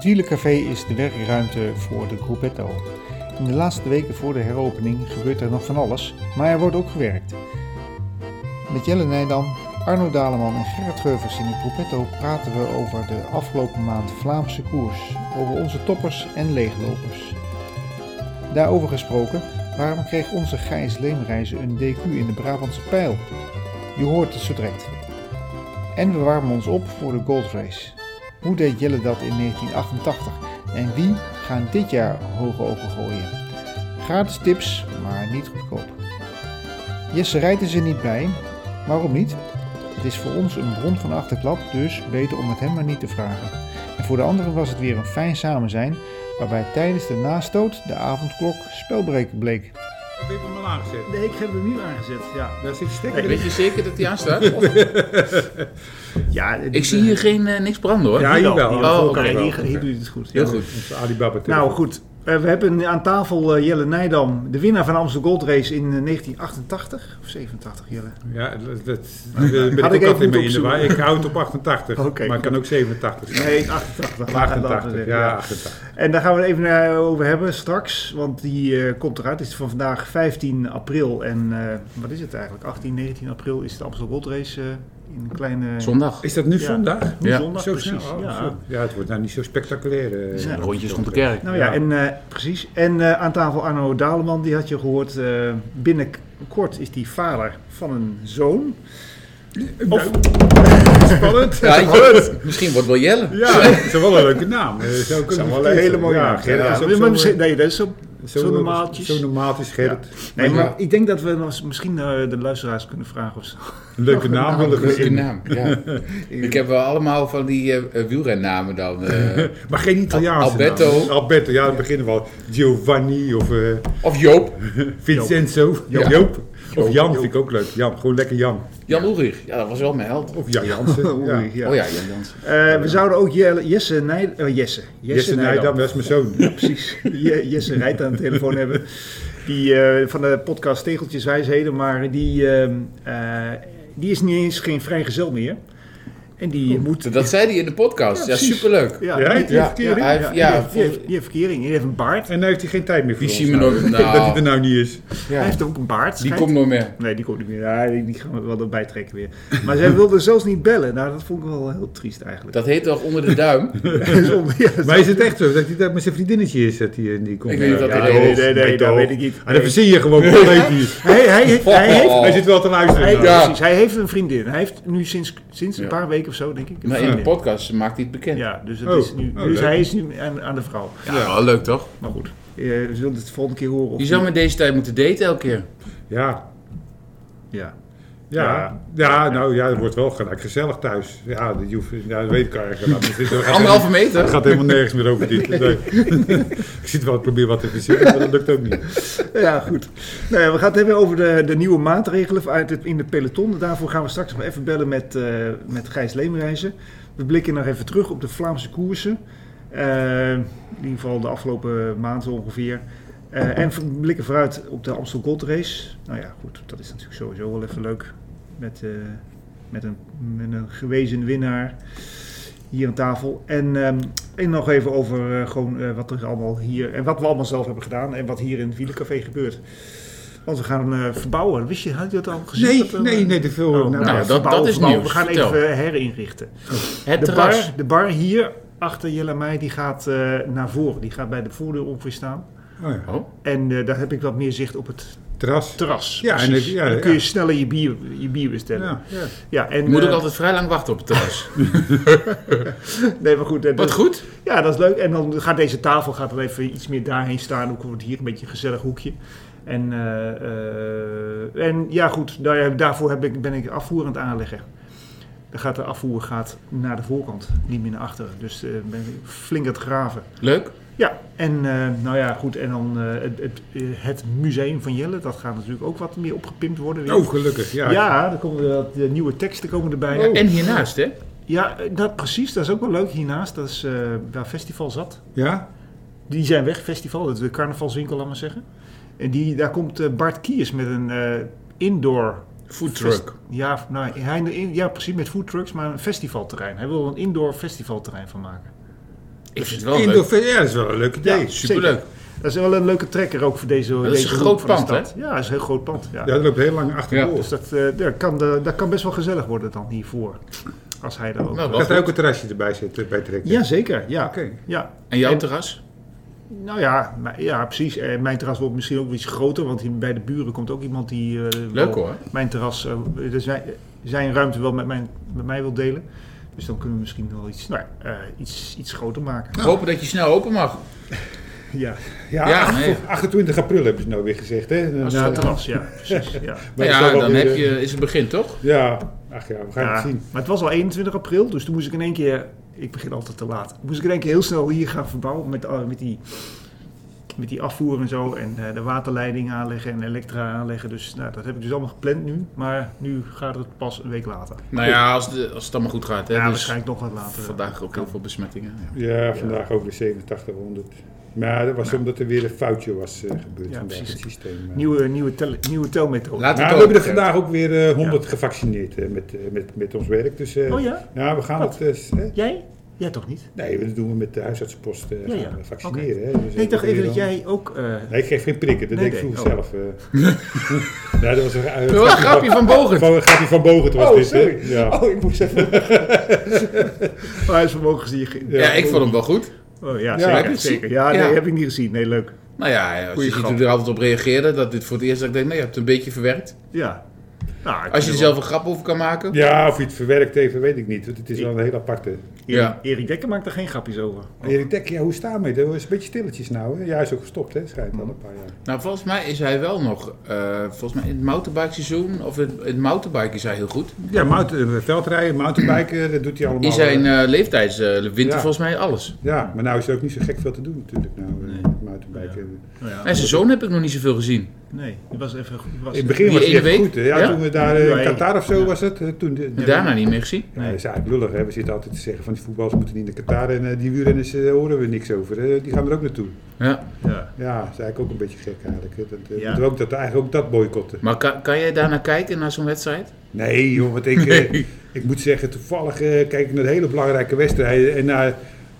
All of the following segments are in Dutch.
Dealercafé is de werkruimte voor de Gruppetto. In de laatste weken voor de heropening gebeurt er nog van alles, maar er wordt ook gewerkt. Met Jelle Nijdam, Arno Daleman en Gerrit Geuvers in de Gruppetto praten we over de afgelopen maand Vlaamse koers, over onze toppers en leeglopers. Daarover gesproken, waarom kreeg onze Gijs Leemreizen een DQ in de Brabantse pijl? Je hoort het zo direct. En we warmen ons op voor de goldrace. Hoe deed Jelle dat in 1988? En wie gaan dit jaar hoge ogen gooien? Gratis tips, maar niet goedkoop. Jesse Rijt is er niet bij. Waarom niet? Het is voor ons een bron van achterklap, dus beter om het hem maar niet te vragen. En voor de anderen was het weer een fijn samen zijn, waarbij tijdens de nastoot de avondklok spelbreker bleek. Ik heb hem al aangezet. Nee, ik heb hem nu aangezet. Ja, Daar zit de stekker Kijk, in. weet je zeker dat die aanstaat? Of- ja het- Ik zie hier geen, eh, niks branden hoor. Ja, jawel. Oh, Oh, oké. oké. Hier, hier doe je het goed. Heel Ja. goed. Onze Alibaba Nou goed, Eh, we hebben aan tafel eh, Jelle Nijdam, de winnaar van de Amsterdam Gold Race in eh, 1988 of 87, Jelle. Ja, dat, dat ben ik ook ik even altijd moeten mee in de opzoeken. war. Ik houd op 88, Oké, maar ik kan ook 87 zijn. Nee, 88. Of laten we 88, zeggen, ja, 88. En daar gaan we het even eh, over hebben straks, want die eh, komt eruit. Het is van vandaag 15 april en eh, wat is het eigenlijk? 18, 19 april is de Amsterdam Gold Race eh, in een kleine... Zondag. Is dat nu Ja. zondag? Nu Ja. zondag, zo precies. snel? Oh, ja. zo. ja, het wordt nou niet zo spectaculair. eh. Ja. Rondjes rond de kerk. Nou ja, Ja. En, eh, precies. En eh, aan tafel Arno Daleman, die had je gehoord. eh binnenkort is die vader van een zoon. Of, Spannend. Ja, ik- misschien wordt wel Jelle. Ja, dat is wel een leuke naam. Eh, Zo kunnen zou we wel een het hele mooie ja, naam zijn. Gerrit Ja, is ook maar zo'n, misschien- eh, Nee, dat is zo, zo, zo'n- normaaltjes. Zo normaaltjes, Gerrit. nee, Maar maar ja, ik denk dat we nog- misschien eh, de luisteraars kunnen vragen of ze... een leuke naam willen we Leuke in. naam. Ja. Ik heb wel allemaal van die eh, eh, wielrennamen dan. eh, Maar geen Italiaanse Alberto. naam. Alberto, ja, dan beginnen we al. Giovanni of eh, of Joop. Vincenzo. Joop. Joop. Of Jan vind ik ook leuk. Jan, gewoon lekker Jan. Jan Ulrich. Ja, dat was wel mijn held. Of Jan Jansen. ja. Oei, ja. Oh ja, Jan Jansen. Eh, we zouden ook Jelle- Jesse Nij... eh, Jesse. Jesse, Jesse Nijdam, dat is mijn zoon. Ja, precies. Je- Jesse Rijt aan de telefoon hebben. Die eh, van de podcast Tegeltjes Wijsheden. Maar die, ehm, eh, die is niet eens geen vrijgezel meer. En die moet... Dat zei hij in de podcast. Ja, precies. superleuk. Ja, Ja, die- die heeft verkering. ja, hij heeft- ja, ja, die heeft- die volgens- heeft- die heeft verkering. Die heeft een baard. En dan heeft hij geen tijd meer voor Die ons zien we nou. nog- Ik denk nou. Dat hij er nou niet is. Hij Ja. heeft ook een baard. Die schijnt. komt nooit meer. Nee, die komt niet meer. Ja, die die gaan we wel erbij trekken weer. Maar zij wilde zelfs niet bellen. Nou, dat vond ik wel heel triest eigenlijk. Dat heet toch onder de duim? Zonder- ja, Maar is het echt zo dat hij dat met zijn vriendinnetje is? Dat hij eh, die komt? Ik weet niet Ja, of dat ja, hij joh, dat weet. Nee, nee, nee, dat joh. weet ik niet. Ah, dat verzin je gewoon. dat weet hij. Hij, hij, hij heeft Hij zit wel te luisteren. Hij, nou. Oh. Ja. precies, hij heeft een vriendin. Hij heeft nu sinds, sinds een Ja. paar weken of zo, denk ik. een Maar in de vriendin. podcast maakt hij het bekend. Ja, Ja, dus, het Oh. is nu, Oh, dus leuk. hij is nu aan, aan de vrouw. wel leuk toch? Maar goed, eh, we zullen het de volgende keer horen. Of Je zou niet. met deze tijd moeten daten elke keer. Ja. ja. Ja, ja, nou ja, het wordt wel gelijk gezellig thuis. Ja, dat, hoeft, ja, dat weet ik eigenlijk. Maar het is- het gaat Anderhalve helemaal- Het meter. gaat helemaal nergens meer over dit. Nee. ik zit wel te proberen wat te verzinnen, maar dat lukt ook niet. ja, goed. Nou ja, we gaan het hebben over de, de nieuwe maatregelen uit het, in de peloton. Daarvoor gaan we straks nog even bellen met, eh, met Gijs Leemreizen. We blikken nog even terug op de Vlaamse koersen. Eh, in ieder geval de afgelopen maand ongeveer. Eh, en we blikken vooruit op de Amstel Gold Race. Nou ja, goed, dat is natuurlijk sowieso wel even leuk. Met, eh, met, een, met een gewezen winnaar hier aan tafel. En, ehm, en nog even over eh, gewoon, eh, wat er allemaal hier en wat we allemaal zelf hebben gedaan en wat hier in het Wielencafé gebeurt. Want we gaan eh, verbouwen. Wist je, had je dat al gezien? Nee, Dat, eh, nee, nee, te veel. oh, nou, dat- dat verbouwen, is verbouwen. nieuws. We gaan Vertel. even eh, herinrichten. Het De terras. bar, de bar hier achter Jelle en mij, die gaat eh, naar voren. Die gaat bij de voordeur ongeveer staan. oh ja, Oh, En eh, daar heb ik wat meer zicht op het terras. terras. Ja, en precies. het- ja, En dan kun je ja. sneller je bier, je bier bestellen. Ja. Ja, ja. en, je moet ook eh, altijd vrij lang wachten op het terras. Nee, maar goed. eh, Wat dat- goed. Ja, dat is leuk. En dan gaat deze tafel gaat dan even iets meer daarheen staan. Ook wordt hier een beetje een gezellig hoekje. En, eh, eh, en ja, goed, daar, daarvoer heb ik, ben ik afvoer aan het aanleggen. Dan gaat de afvoer gaat naar de voorkant, niet meer naar achteren. Dus eh, ben ik flink aan het graven. Leuk. Ja, en eh, nou ja, goed. En dan eh, het, het, eh, het museum van Jelle, dat gaat natuurlijk ook wat meer opgepimpt worden. Weer. Oh, gelukkig. Ja. ja, er komen wat, eh, nieuwe teksten komen erbij. Oh. En hiernaast, hè? Ja, dat, precies, dat is ook wel leuk hiernaast. Dat is eh, waar Festival zat. ja? Die zijn weg, festival, dat is de carnavalswinkel, laat maar zeggen. En die, daar komt eh, Bart Kiers met een eh, indoor... Foodtruck. fest- Ja, nou, hij, in- ja, precies, met foodtrucks, maar een festivalterrein. Hij wil er een indoor festivalterrein van maken. Ik vind het wel leuk. Indoor, ja, dat is wel een leuk idee. Ja. Superleuk. Dat is wel een leuke trekker ook voor deze is deze een hoek groot van de pand, stad. Ja, dat is een heel groot pand. Ja. Ja, dat loopt heel lang achter Ja. door. Dus dat, eh, daar kan de, dat kan best wel gezellig worden dan hiervoor. Als hij daar ook... eh. Nou, Gaat wel er ook goed. een terrasje erbij zitten bij trekken? Jazeker, ja. Oké. ja. En jouw terras? Nou ja, maar- ja, precies. Eh, Mijn terras wordt misschien ook iets groter, want hier bij de buren komt ook iemand die eh, Leuk wel hoor. mijn terras, eh, dus wij- zijn ruimte wel met, mijn, met mij wil delen. Dus dan kunnen we misschien wel iets, nou, ja, eh, iets, iets groter maken. Hopen dat je snel open mag. Ja, Ja, Ja, acht- nee. 28 april hebben ze nou weer gezegd, hè? als Nou, het terras, ja, precies. Ja. maar dat is ja, wel dan weer- heb je, is het begin toch? Ja, ach ja, we gaan Ja, het zien. Maar het was al 21 april, dus toen moest ik in één keer, ik begin altijd te laat, moest ik in één keer heel snel hier gaan verbouwen met, al- met, die, met die afvoer en zo. En eh, de waterleiding aanleggen en elektra aanleggen. Dus nou, dat heb ik dus allemaal gepland nu, maar nu gaat het pas een week later. Nou ja, als, de, als het allemaal goed gaat. Hè, Ja, dus waarschijnlijk nog wat later. Vandaag ook heel veel besmettingen. ja. Ja, vandaag ook weer 8700. Maar dat was omdat er weer een foutje was eh, gebeurd Ja, vandaag in precies. het systeem. eh. Nieuwe, nieuwe, tel, nieuwe telmethode. Laat Maar we het ook. hebben er vandaag ook weer eh, 100 gevaccineerd eh, met, eh, met, met ons werk. Dus, eh, Oh ja? Ja, we gaan Wat? het... eh, s- hè? Jij? Jij toch niet? nee, dat doen we met de huisartsenpost eh, Ja, ja. gaan we vaccineren. hè. Dus, eh, ik dacht doe je even dat dan- jij ook... eh, Nee, ik geef geen prikken. Dat Nee, deed ik nee, vroeger zelf. eh. ja, dat was een, eh, Dat was Oh, een grapje van Bogen. Van, een grapje van Bogert was Oh, dit, hè? sorry. Ja. Oh, ik moest even... Huisvermogens die je... ge- Ja, ik vond hem wel goed. Oh ja, heb je zeker. het zeker. gezien? Ja, nee, Ja. heb ik niet gezien. Nee, leuk. Nou ja, als Goeie je ziet grap. hoe er altijd op reageerde, dat dit voor het eerst dat ik denk, nee, je hebt het een beetje verwerkt. Ja. Nou, ik Als je er vind zelf een grap over kan maken. Ja, of hij het verwerkt heeft, weet ik niet. Want het is wel een heel aparte. Erik, Ja. Erik Dekker maakt er geen grapjes over. Erik Dek, ja, hoe staan we? Het is een beetje stilletjes nou. Hè? Ja, hij is ook gestopt, hè? Schijnt al een paar jaar. Nou, volgens mij is hij wel nog, eh, volgens mij in het mountainbike seizoen, of in in het mountainbike is hij heel goed. Ja, veldrijden, mountainbiken, dat doet hij allemaal. In zijn eh leeftijds, eh, winter Ja. volgens mij alles. Ja, maar nou is er ook niet zo gek veel te doen natuurlijk. Nou, eh, met mountainbiken. Nou ja, En zijn zoon heb ik nog niet zoveel gezien. nee, het was even... Het was In het begin Die was hij ene echt week? goed. hè. Ja, Ja? toen we daar eh, Nee. in Qatar of zo was het. eh, Toen de, En daarna niet meer gezien. Ja, dat is eigenlijk lullig. Hè? We zitten altijd te zeggen van die voetballers moeten niet naar Qatar en eh, die wielrenners eh, horen we niks over. Eh, die gaan er ook naartoe. Ja. Ja. Ja, dat is eigenlijk ook een beetje gek eigenlijk. Hè? Dat, eh, Ja. moeten we ook dat, eigenlijk ook dat boycotten. Maar ka- kan jij daarna kijken, naar zo'n wedstrijd? Nee, joh, want ik, eh, ik moet zeggen, toevallig eh, kijk ik naar de hele belangrijke wedstrijden. En naar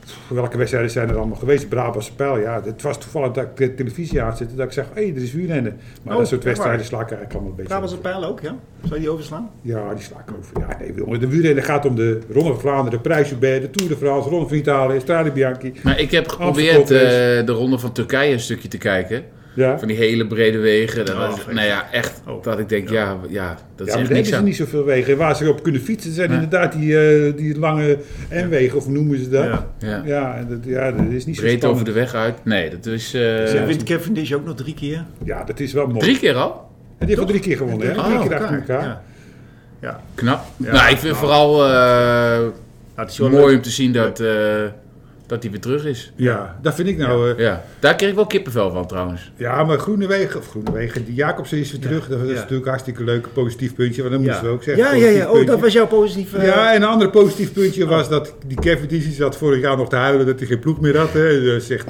pff, welke wedstrijden zijn er allemaal geweest? Brabantse Pijl, ja. Het was toevallig dat ik de televisie aanzette dat ik zag, hé, er is wielrennen. Maar Oh, dat soort echt waar? wedstrijden sla ik eigenlijk allemaal een beetje Brabantse over. pijl ook, ja? Zou je die overslaan? Ja, die sla ik over. Ja, nee, jongen, de wielrennen gaat om de Ronde van Vlaanderen, de Prijs Hubert, de Tour de France, Ronde van Italië, Strade Bianchi. Maar ik heb Afgekocht geprobeerd eh, de ronde van Turkije een stukje te kijken. Ja, Van die hele brede wegen. Dat Oh, was- geef. nou ja, echt. Oh. Dat ik denk, ja, ja ja dat is maar echt daar hebben niks ze aan. niet zoveel wegen. Waar ze op kunnen fietsen zijn Nee. inderdaad die, eh, die lange N-wegen, of noemen ze dat. Ja, Ja. en dat, ja dat is niet zo Breed over spannend. de weg uit. Nee, dat is... eh, Ze wint Kevin Dish ook nog drie keer. Ja, Ah. dat is wel mooi. drie keer al? En die heeft al drie keer gewonnen, hè? Oh, Drie keer achter elkaar. Ja. ja. Nou, Knap. Ja. nou, ik vind vooral eh, het is wel mooi leuk. om te zien dat, eh, dat hij weer terug is. Ja, dat vind ik nou... eh, Ja. Daar kreeg ik wel kippenvel van trouwens. ja, maar Groenewegen, of Groenewegen, die Jacobsen is weer terug. Dat is ja. natuurlijk een hartstikke leuk, positief puntje. Want dat Ja. moesten we ook zeggen. Ja, ja, positief ja. Oh, dat puntje. was jouw positieve... eh, Ja, en een ander positief puntje was dat die Kevin Dizzy zat vorig jaar nog te huilen dat hij geen ploeg meer had. Hè. Hij eh, zegt,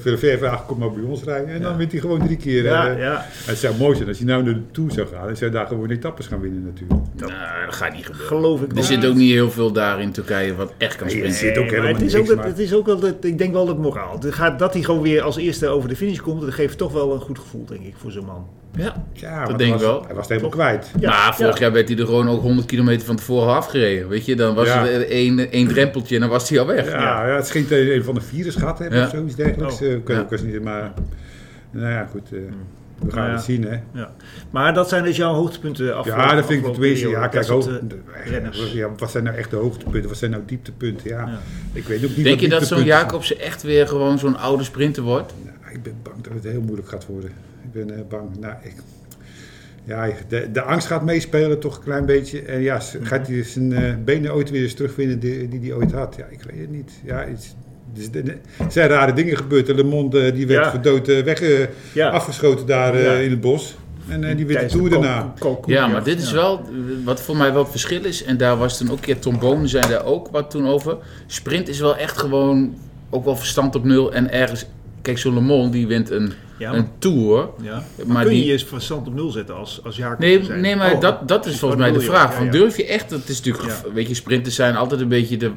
veel ver vragen, kom maar bij ons rijden. En dan wint hij gewoon drie keer. ja, eh. ja. Het zou mooi zijn als hij nou naar de Tour zou gaan en zou daar gewoon etappes gaan winnen natuurlijk. Nou, dat gaat niet gebeuren. Geloof ik Er nog. zit ook niet heel veel daar in Turkije wat echt kan Nee, springen. er zit ook Nee, maar helemaal het is niks, ook, dat, maar- het is ook wel, dat, ik denk wel dat moraal. Het gaat, dat hij gewoon weer als eerste over de finish komt, dat geeft toch wel een goed gevoel, denk ik, voor zo'n man. Ja. Ja, want denk ik hij was- wel. Hij was het helemaal kwijt. Ja, maar vorig ja. jaar werd hij er gewoon ook 100 kilometer van tevoren afgereden. Weet je, dan was Ja. er één, één drempeltje en dan was hij al weg. Ja, ja, het schijnt dat je een van de virus gehad hebben Ja. of zoiets dergelijks. Oh. Eh, Ik weet Ja. ook eens niet, maar... Nou ja, goed. eh, we gaan Nou ja. het zien, hè. Ja. Maar dat zijn dus jouw hoogtepunten afgelopen Ja, dat vind ik het afgelopen wezen. periode. Ja, Dat kijk, soort, ook, eh, renners. ja, wat zijn nou echt de hoogtepunten? Wat zijn nou dieptepunten? Ja, Ja. ik weet ook niet Denk je wat dat zo'n dieptepunten Jacobsen echt weer gewoon zo'n oude sprinter wordt? zijn. Nou, ik ben bang dat het heel moeilijk gaat worden. Ik ben eh, bang. Nou, ik, ja, de, de angst gaat meespelen toch een klein beetje. En ja, s- gaat hij zijn eh, benen ooit weer eens terugvinden die die hij ooit had? Ja, ik weet het niet. Ja, het, is- het is- er zijn rare dingen gebeurd. Le Monde eh, die werd Ja. voor dood eh, weg, eh, Ja. afgeschoten daar eh, Ja. in het bos. En eh, die werd de Tijdens de Tour Kal- daarna. Kalkoen, Ja, maar dit is wel wat voor mij wel het verschil is. En daar was toen ook een keer Tom Bonen zei daar ook wat toen over. Sprint is wel echt gewoon ook wel verstand op nul en ergens. Kijk, zo'n Le Mans die wint een, Ja, een tour. Ja. Maar, Maar kun je die- je verstand op nul zetten als, als Jacob Nee, te zijn? nee maar Oh. dat, dat is volgens wat mij de bedoel je? vraag. Ja, Van, ja. durf je echt, dat is natuurlijk, weet je, sprinters zijn altijd een beetje de,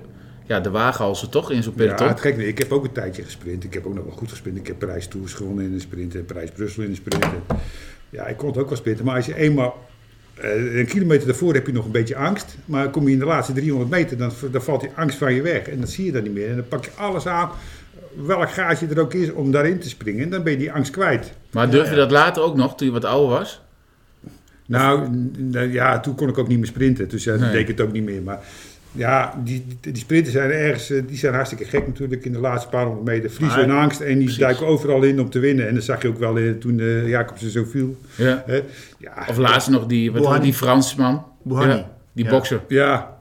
ja, de wagenhalsen toch in zo'n peloton. Ja, het gek, ik heb ook een tijdje gesprint. Ik heb ook nog wel goed gesprint. Ik heb Parijs Tours gewonnen in de sprint en Parijs Brussel in de sprint. En Ja, ik kon het ook wel sprinten. Maar als je eenmaal eh, een kilometer daarvoor heb je nog een beetje angst. Maar kom je in de laatste 300 meter, dan, dan valt die angst van je weg. En dat zie je dan niet meer. En dan pak je alles aan, welk gaatje er ook is, om daarin te springen. En dan ben je die angst kwijt. Maar durf je dat later ook nog, toen je wat ouder was? Nou, n- n- ja, toen kon ik ook niet meer sprinten. Dus ja, dat Nee. deed ik het ook niet meer. Maar ja, die, die, die sprinters zijn ergens, eh, die zijn hartstikke gek natuurlijk in de laatste paar honderd meter. Vriezen Maar- hun angst en die Ah, precies. duiken overal in om te winnen. En dat zag je ook wel eh, toen eh, Jacobsen zo viel. Ja. Hè? Ja, Of laatst nog die, wat Bohani. die Fransman. Bohani. Ja, die Ja. bokser. ja.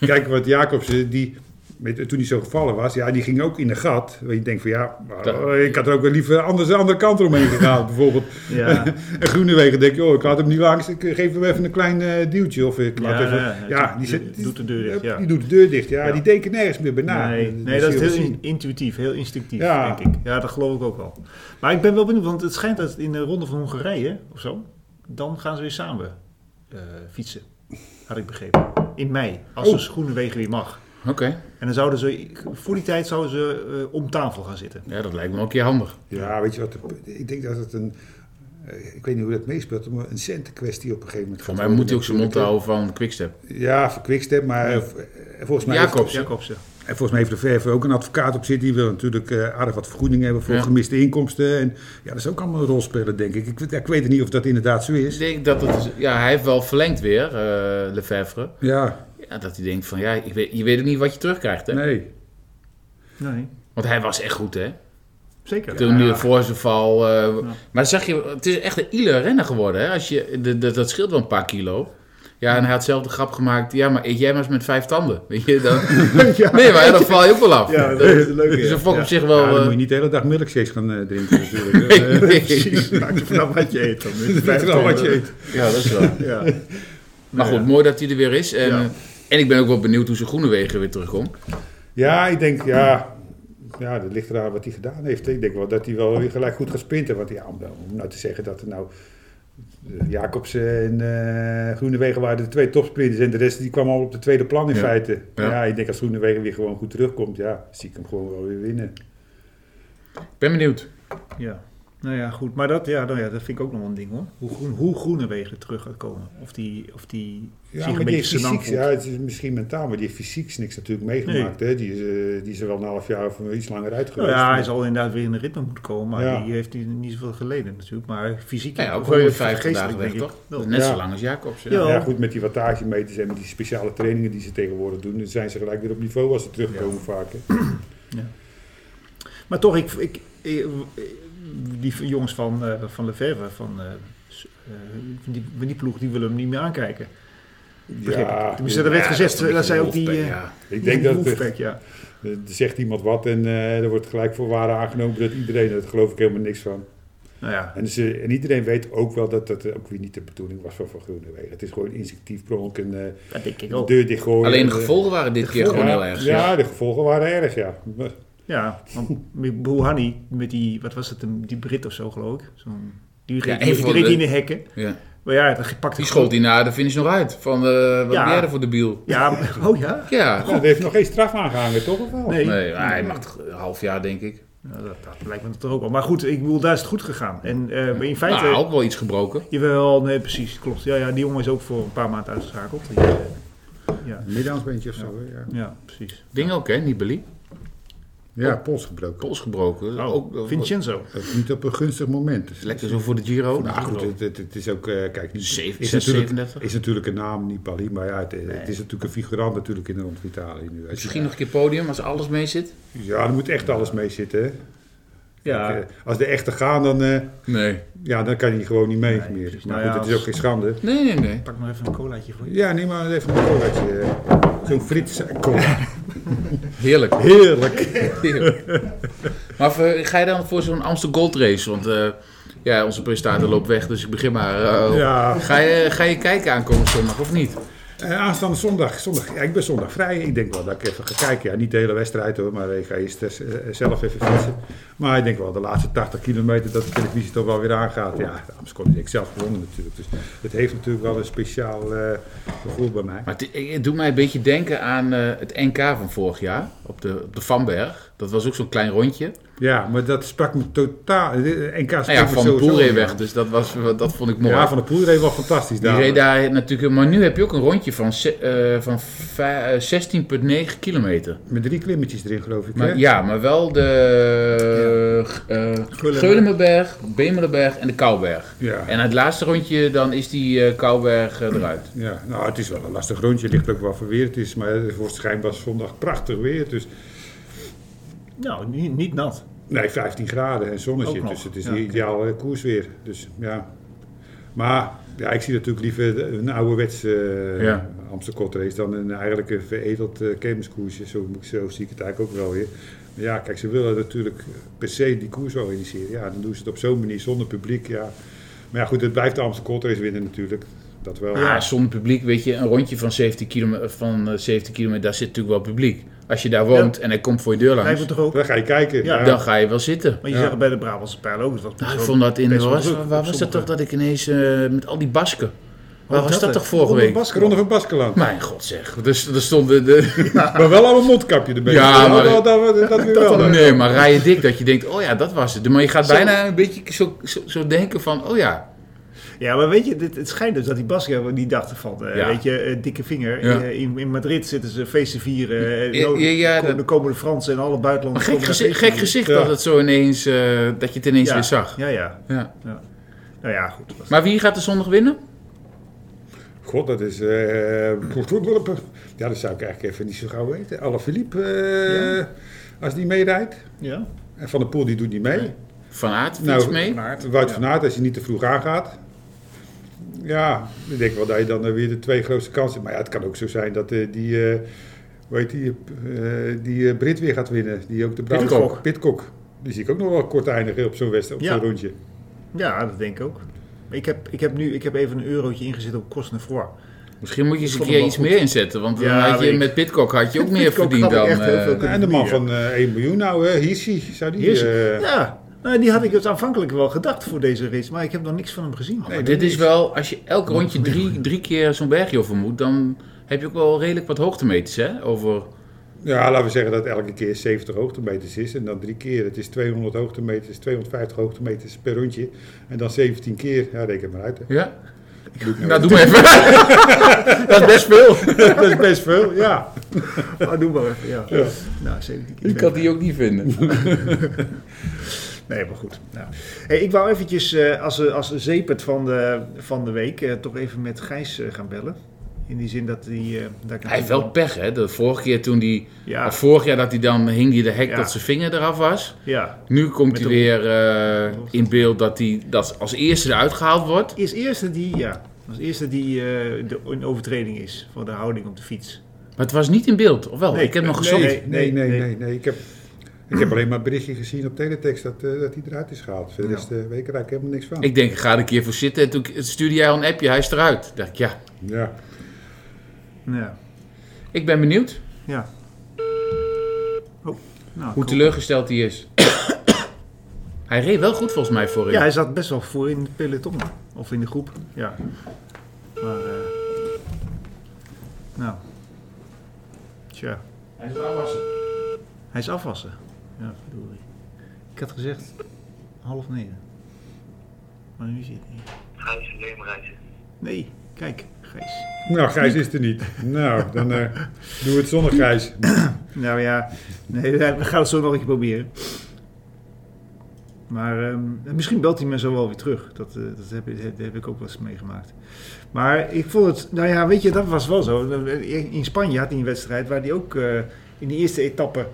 kijk wat Jacobsen, die, met- toen hij zo gevallen was, ja, die ging ook in een gat. Waar je denkt van ja, maar, eh, ik had er ook wel liever anders de andere kant omheen gegaan bijvoorbeeld. Ja. En Groenewegen denk je, oh, ik laat hem niet langs, ik geef hem even een klein eh, duwtje. Of ik laat Ja, even, ja, ja, doet- die, zet- doet de deur dicht, ja. Die doet de deur dicht, ja. Ja. Die denken nergens meer bij na. nee, Dus nee, dat is je heel wil in- intuïtief, heel instinctief, Ja. denk ik. Ja, dat geloof ik ook wel. Maar ik ben wel benieuwd, want het schijnt dat in de Ronde van Hongarije of zo, dan gaan ze weer samen eh, fietsen. Had ik begrepen. In mei, als de Oh. Groenewegen weer mag. Oké, En dan zouden ze, voor die tijd zouden ze eh, om tafel gaan zitten. ja, dat lijkt me ook een keer handig. Ja, weet je wat, de- ik denk dat het een, eh, ik weet niet hoe dat meespeelt, maar een centenkwestie op een gegeven moment Voor gaat mij moet hij ook worden zijn mond natuurlijk, houden van Quickstep. hè. Ja, voor Quickstep, maar eh, v- eh, volgens mij... heeft- Jacobsen. Jacobsen. En volgens mij heeft de Verve ook een advocaat op zitten. Die wil natuurlijk eh, aardig wat vergoeding hebben voor Ja. gemiste inkomsten. En ja, dat is ook allemaal een rol spelen, denk ik. Ik, weet- ja, ik weet niet of dat inderdaad zo Dus is. ik denk dat het, ja, hij heeft wel verlengd weer, eh Lefevre. Ja, Ja, dat hij denkt van, ja, ik weet, je weet ook niet wat je terugkrijgt, hè? nee. Nee, Want hij was echt goed, hè? zeker. Toen die voor zijn val... eh, Ja. Maar zag je, het is echt een ile renner geworden, hè? Als je, de, de- dat scheelt wel een paar kilo. Ja, en hij had zelf de grap gemaakt, ja, maar eet jij maar eens met vijf tanden. Weet je, dan... Nee, maar ja, dan val je ook wel af. Ja, dat is leuk. dus dat vond ik op zich Ja, wel... dan eh, moet je niet de hele dag milkshakes gaan eh, drinken natuurlijk. Nee, Eh, nee. Precies, maakt er vanaf wat je eet. Dan. Het is wel wat je eet. Ja, dat is wel. Ja. Maar Nou goed, mooi dat hij er weer is. En, Ja. eh, en ik ben ook wel benieuwd hoe zijn Groenewegen weer terugkomt. Ja, ik denk, ja... Ja, dat ligt eraan wat hij gedaan heeft. Ik denk wel dat hij wel weer gelijk goed gaat sprinten. Want ja, om, om nou te zeggen dat er nou... eh, Jacobsen en eh, Groenewegen waren de twee topsprinters. En de rest die kwam al op de tweede plan in Ja. feite. Ja. Ja. ik denk als Groenewegen weer gewoon goed terugkomt... Ja, zie ik hem gewoon wel weer winnen. Ik ben benieuwd. Ja, nou ja, goed. Maar dat, ja, nou ja, dat vind ik ook nog wel een ding hoor. Hoe, groen, hoe groene wegen terug gaat komen. Of die, of die Ja, zich maar een die heeft beetje senant fysiek, voelt. ja, het is misschien mentaal, maar die heeft fysiek niks natuurlijk meegemaakt. Hè? Die, is, eh, die is er wel een half jaar of eh, iets langer uit Nou geweest. ja, hij zal inderdaad weer in de ritme moeten komen. Maar Ja. die heeft hij niet zoveel geleden natuurlijk. Maar fysiek... Nou ja, ook of, eh, 150 geestelijk dagen weg, denk ik toch? wel. Dat is Net Ja. zo lang als Jacobs. Ja. Ja. Nou ja, goed, met die wattagemeters en met die speciale trainingen die ze tegenwoordig doen, dan zijn ze gelijk weer op niveau als ze terugkomen vaak. hè. Maar toch, ik, ik, ik- die jongens van, eh van Lefebvre, van eh, s- eh, van die, van die ploeg, die willen hem niet meer aankijken. Begrijp ik. Tenminste, dat werd Ja, gezegd. is een Dat zei ook beetje die... een eh, hoofdpijn, ja. ik denk dat er, Wolfpack, ja. er zegt iemand wat en eh, er wordt gelijk voor waar aangenomen dat iedereen, daar geloof ik helemaal niks van. Nou ja, En, ze, en iedereen weet ook wel dat dat eh, ook weer niet de bedoeling was van Van Groenewegen. Het is gewoon instinctief per ongeluk een eh, dat denk ik de ook. deur dichtgooien. Alleen de Eh, gevolgen waren dit keer gewoon ja, heel erg. Ja, de gevolgen waren erg, ja. Maar- Ja, want Bouhani, met die, wat was het, een- die Brit of zo geloof ik. Zo'n, die Ja, reed, een die van reed de- in de hekken. Ja. Maar ja, dat pakte Die schoot die na de finish nog uit. Van, eh, wat Ja. ben jij er voor de biel? Ja, maar- oh ja. Ja. Ja, die heeft nog geen straf aangehangen, toch? Of wel? Nee. Nee, maar hij mag toch een half jaar, denk ik. Nou, dat, dat lijkt me toch ook wel. Maar goed, ik bedoel, daar is het goed gegaan. En eh, maar in feite... Nou, ook wel iets gebroken. Jawel, nee, precies, klopt. Ja, ja, die jongen is ook voor een paar maanden uitgeschakeld. Die, eh, ja, Een middenhandsbeentje of zo, hè, ja. ja, precies. Ding ook, hè? Nibali. Ja, pols gebroken. Pols gebroken. Oh, ook, eh, Vincenzo. Dat is Niet op een gunstig moment. Dus- Lekker zo voor de Giro. Nou goed, het, het, het is ook... eh, kijk, niet- Zeven- is, zes- natuurlijk, 37. is natuurlijk een naam, niet Bali, maar ja, het, het is natuurlijk een figurant natuurlijk in de Rond van Italië nu. Als je- Misschien nog een keer podium als alles mee zit. Ja, er moet echt alles mee zitten, hè. Ja, Kijk, eh, Als de echte gaan, dan, eh, Nee. ja, dan kan hij gewoon niet mee Nee, meer. precies. Maar Nou goed, ja, het is als- ook geen schande. Nee, nee, nee. pak nog even een colaatje voor je. Ja, neem maar even een colaatje. eh. Zo'n Frits cola. Heerlijk. Heerlijk. Heerlijk. maar voor- ga je dan voor zo'n Amsterdam Gold Race? Want eh, ja, onze presentator loopt weg, dus ik begin maar. eh, Ja, ga, je, ga je kijken aankomend zondag of niet? Eh, aanstaande zondag. zondag ja, ik ben zondag vrij. Ik denk wel dat ik even ga kijken. Ja, niet de hele wedstrijd hoor, maar ik ga eerst eh, zelf even fietsen. Maar ik denk wel de laatste 80 kilometer dat de televisie toch wel weer aangaat. Ja, de Amsterdam is ik zelf gewonnen natuurlijk. Dus het heeft natuurlijk wel een speciaal eh, gevoel bij mij. Maar het, eh, het doet mij een beetje denken aan eh, het NK van vorig jaar op de, op de Vanberg. Dat was ook zo'n klein rondje. Ja, maar dat sprak me totaal. eh, NK sprak Nou ja, me van de sowieso Poel reed niet weg, aan. dus dat, was, dat vond ik mooi. Ja, van de Poel reed wel fantastisch Die daar. reed daar natuurlijk, maar nu heb je ook een rondje van, se- eh, van va- eh, 16,9 kilometer. Met drie klimmetjes erin geloof ik. hè? Maar, ja, maar wel de eh Geulenberg. Geulenberg, Bemelenberg en de Kouwberg. Ja. En het laatste rondje, dan is die eh, Kouwberg eh, eruit. Ja, nou, het is wel een lastig rondje. Ligt ook wel voor weer het is. Maar het wordt schijnbaar zondag prachtig weer. Dus Nou, niet, niet nat. nee, 15 graden en zonnetje. Ook nog, Dus het is ja. niet ideaal eh, koersweer. Dus ja. Maar ja, ik zie natuurlijk liever de- een ouderwetse eh Ja. Amsterdam race dan een eigenlijk een veredeld eh kermiskoersje. Zo, moet ik- zo zie ik het eigenlijk ook wel weer. Maar ja, kijk, ze willen natuurlijk per se die koers organiseren. Ja, dan doen ze het op zo'n manier zonder publiek. Ja. Maar ja, goed, het blijft de Amsterdam race winnen natuurlijk. Dat wel. Ja, zonder Ah, publiek, weet je, een rondje van 17 kilometer, van, eh, 70 kilometer daar zit natuurlijk wel publiek. Als je daar woont en hij komt voor je deur Lijkt langs, me toch ook. Dan ga je kijken. Ja, dan ga je wel zitten. Maar je Ja. zegt bij de Brabantse pijl ook. Dat Nou, ik vond dat in, best waar wel was, druk waar op was dat sommige- toch dat ik ineens eh, met al die Basken, waar Oh, was dat, hè? toch vorige Onder week? Basken. Ronde van Baskeland. Mijn god zeg, dus er stonden de... Maar wel allemaal mondkapje erbij. Ja, maar- dat, dat, dat, dat weer wel. Oh, Nee, maar rij je dik dat je denkt, oh ja, dat was het. Maar je gaat bijna een beetje zo, zo, zo denken van, oh ja. Ja, maar weet je, dit, het schijnt dus dat die Basken die dachten van, eh, Ja. weet je, eh, dikke vinger. Ja. eh, In, in Madrid zitten ze feesten vieren. Ja, ja, ja, dat- Dan komen de Fransen en alle Maar buitenlanders. gek, komen naar gezicht, feesten gek gezicht Ja. dat het zo ineens, eh, dat je het ineens Ja. weer zag. Ja, ja. Ja. Nou ja, goed. Was- Maar wie gaat de zondag winnen? God, dat is... eh, ja, dat zou ik eigenlijk even niet zo gauw weten. Alle Philippe, eh, als die meerijdt. Ja. En Van der Poel, die doet niet mee. Van Aert fiets Nou, mee. Wout van Aert, als je niet te vroeg aangaat. Ja, ik denk wel dat je dan eh, weer de twee grootste kansen hebt. Maar ja, het kan ook zo zijn dat eh, die... eh, hoe heet die? eh, die eh, Brit weer gaat winnen. Die ook de Brabantse- Pidcock. Pidcock. Die zie ik ook nog wel kort eindigen op zo'n wedstrijd, op Ja. zo'n rondje. ja, dat denk ik ook. Ik heb, ik heb nu ik heb even een eurotje ingezet op Cosnefroid. Misschien moet je eens een Vond keer hem iets wel meer inzetten. Want dan Ja, had je, weet ik. met Pitcock had je ook meer Pidcock verdiend had ik dan... echt heel eh, veel kunnen en de man verdienen. van eh 1 miljoen nou, hè, Hirsi, zou die... Hirsi. eh, Ja, nou, die had ik dus aanvankelijk wel gedacht voor deze race, maar ik heb nog niks van hem gezien. maar dit is wel, als je elk rondje drie, drie keer zo'n bergje over moet, dan heb je ook wel redelijk wat hoogtemeters, hè? Over... Ja, laten we zeggen dat elke keer 70 hoogtemeters is. En dan drie keer. Het is 200 hoogtemeters, 250 hoogtemeters per rondje. En dan 17 keer. Ja, reken maar uit. hè. Ja? Nou, doe maar even. dat is best veel. dat is best veel, ja. Ah, doe maar even. Ja. Ja. Nou, 17 keer. Ik had die ook niet vinden. Nee, maar goed. Nou. Hey, ik wou eventjes eh, als, eh, als zeepert van de, van de week eh, toch even met Gijs eh, gaan bellen. In die zin dat die, eh, dat ik Hij heeft wel pech, hè? De vorige keer toen die, Ja, of vorig jaar dat hij dan hing hij de hek Ja. dat zijn vinger eraf was. ja. Nu komt Met hij de- weer eh, in beeld dat hij dat als eerste eruit gehaald wordt. Is eerste die, ja, als eerste die eh, de, een overtreding is van de houding op de fiets. Maar het was niet in beeld, of wel? Nee, ik heb hem nog Nee, gezocht. Nee, nee, nee, nee, nee. nee. nee, Ik, heb, ik heb alleen maar een berichtje gezien op teletext dat, eh, dat hij eruit is gehaald. Voor de Ja. rest eh, weet ik er eigenlijk helemaal niks van. Ik denk, ik ga er een keer voor zitten. En toen stuurde jij al een appje, hij is eruit. Toen dacht ik, ja, Ja. Ja, ik ben benieuwd ja. Oh, nou, hoe cool. teleurgesteld hij is. hij reed wel goed volgens mij voorin. Ja, hij zat best wel voor in het peloton. Of in de groep, ja. Maar, eh, nou. Tja. Hij is afwassen. Nou Hij is afwassen. Ja, verdorie. Ik had gezegd half negen. Maar nu zit hij. Gijs Leemreizen. Nee, kijk, Gijs. Nou, Gijs is er niet. Nou, dan eh, doen we het zonder Gijs. Nou ja, nee, we gaan het zo nog een keer proberen. Maar ehm, misschien belt hij me zo wel weer terug. Dat, eh, dat, heb, ik- dat heb ik ook wel eens meegemaakt. Maar ik vond het, nou ja, weet je, dat was wel zo. In Spanje had hij een wedstrijd waar hij ook eh, in de eerste etappe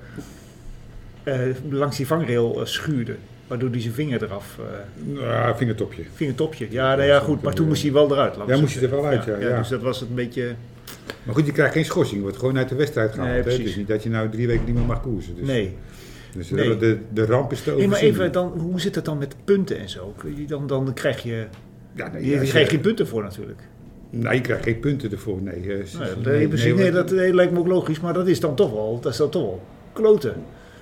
eh, langs die vangrail eh, schuurde. Waardoor hij zijn vinger eraf eh, Nou, vingertopje. Vingertopje. Ja, nou ja, goed. Maar toen moest hij wel eruit. laat ik Ja, zo moest hij er zeggen. wel uit, ja, ja. Dus dat was het een beetje... Maar goed, je krijgt geen schorsing. Je wordt gewoon uit de wedstrijd gehaald. Nee, hè? het is precies. niet dat je nou drie weken niet meer mag koersen. Dus. Nee. Dus Nee. de- de, de ramp is te nee maar overzien. even, dan, hoe zit het dan met punten en zo? Kun je Dan, dan krijg je... Ja, nee, Je als je- krijgt geen punten voor natuurlijk. Nou, je krijgt geen punten ervoor, nee. eh, ze- Nee, nee, precies. nee, want- dat nee, lijkt me ook logisch, maar dat is dan toch wel, dat is dan toch wel kloten.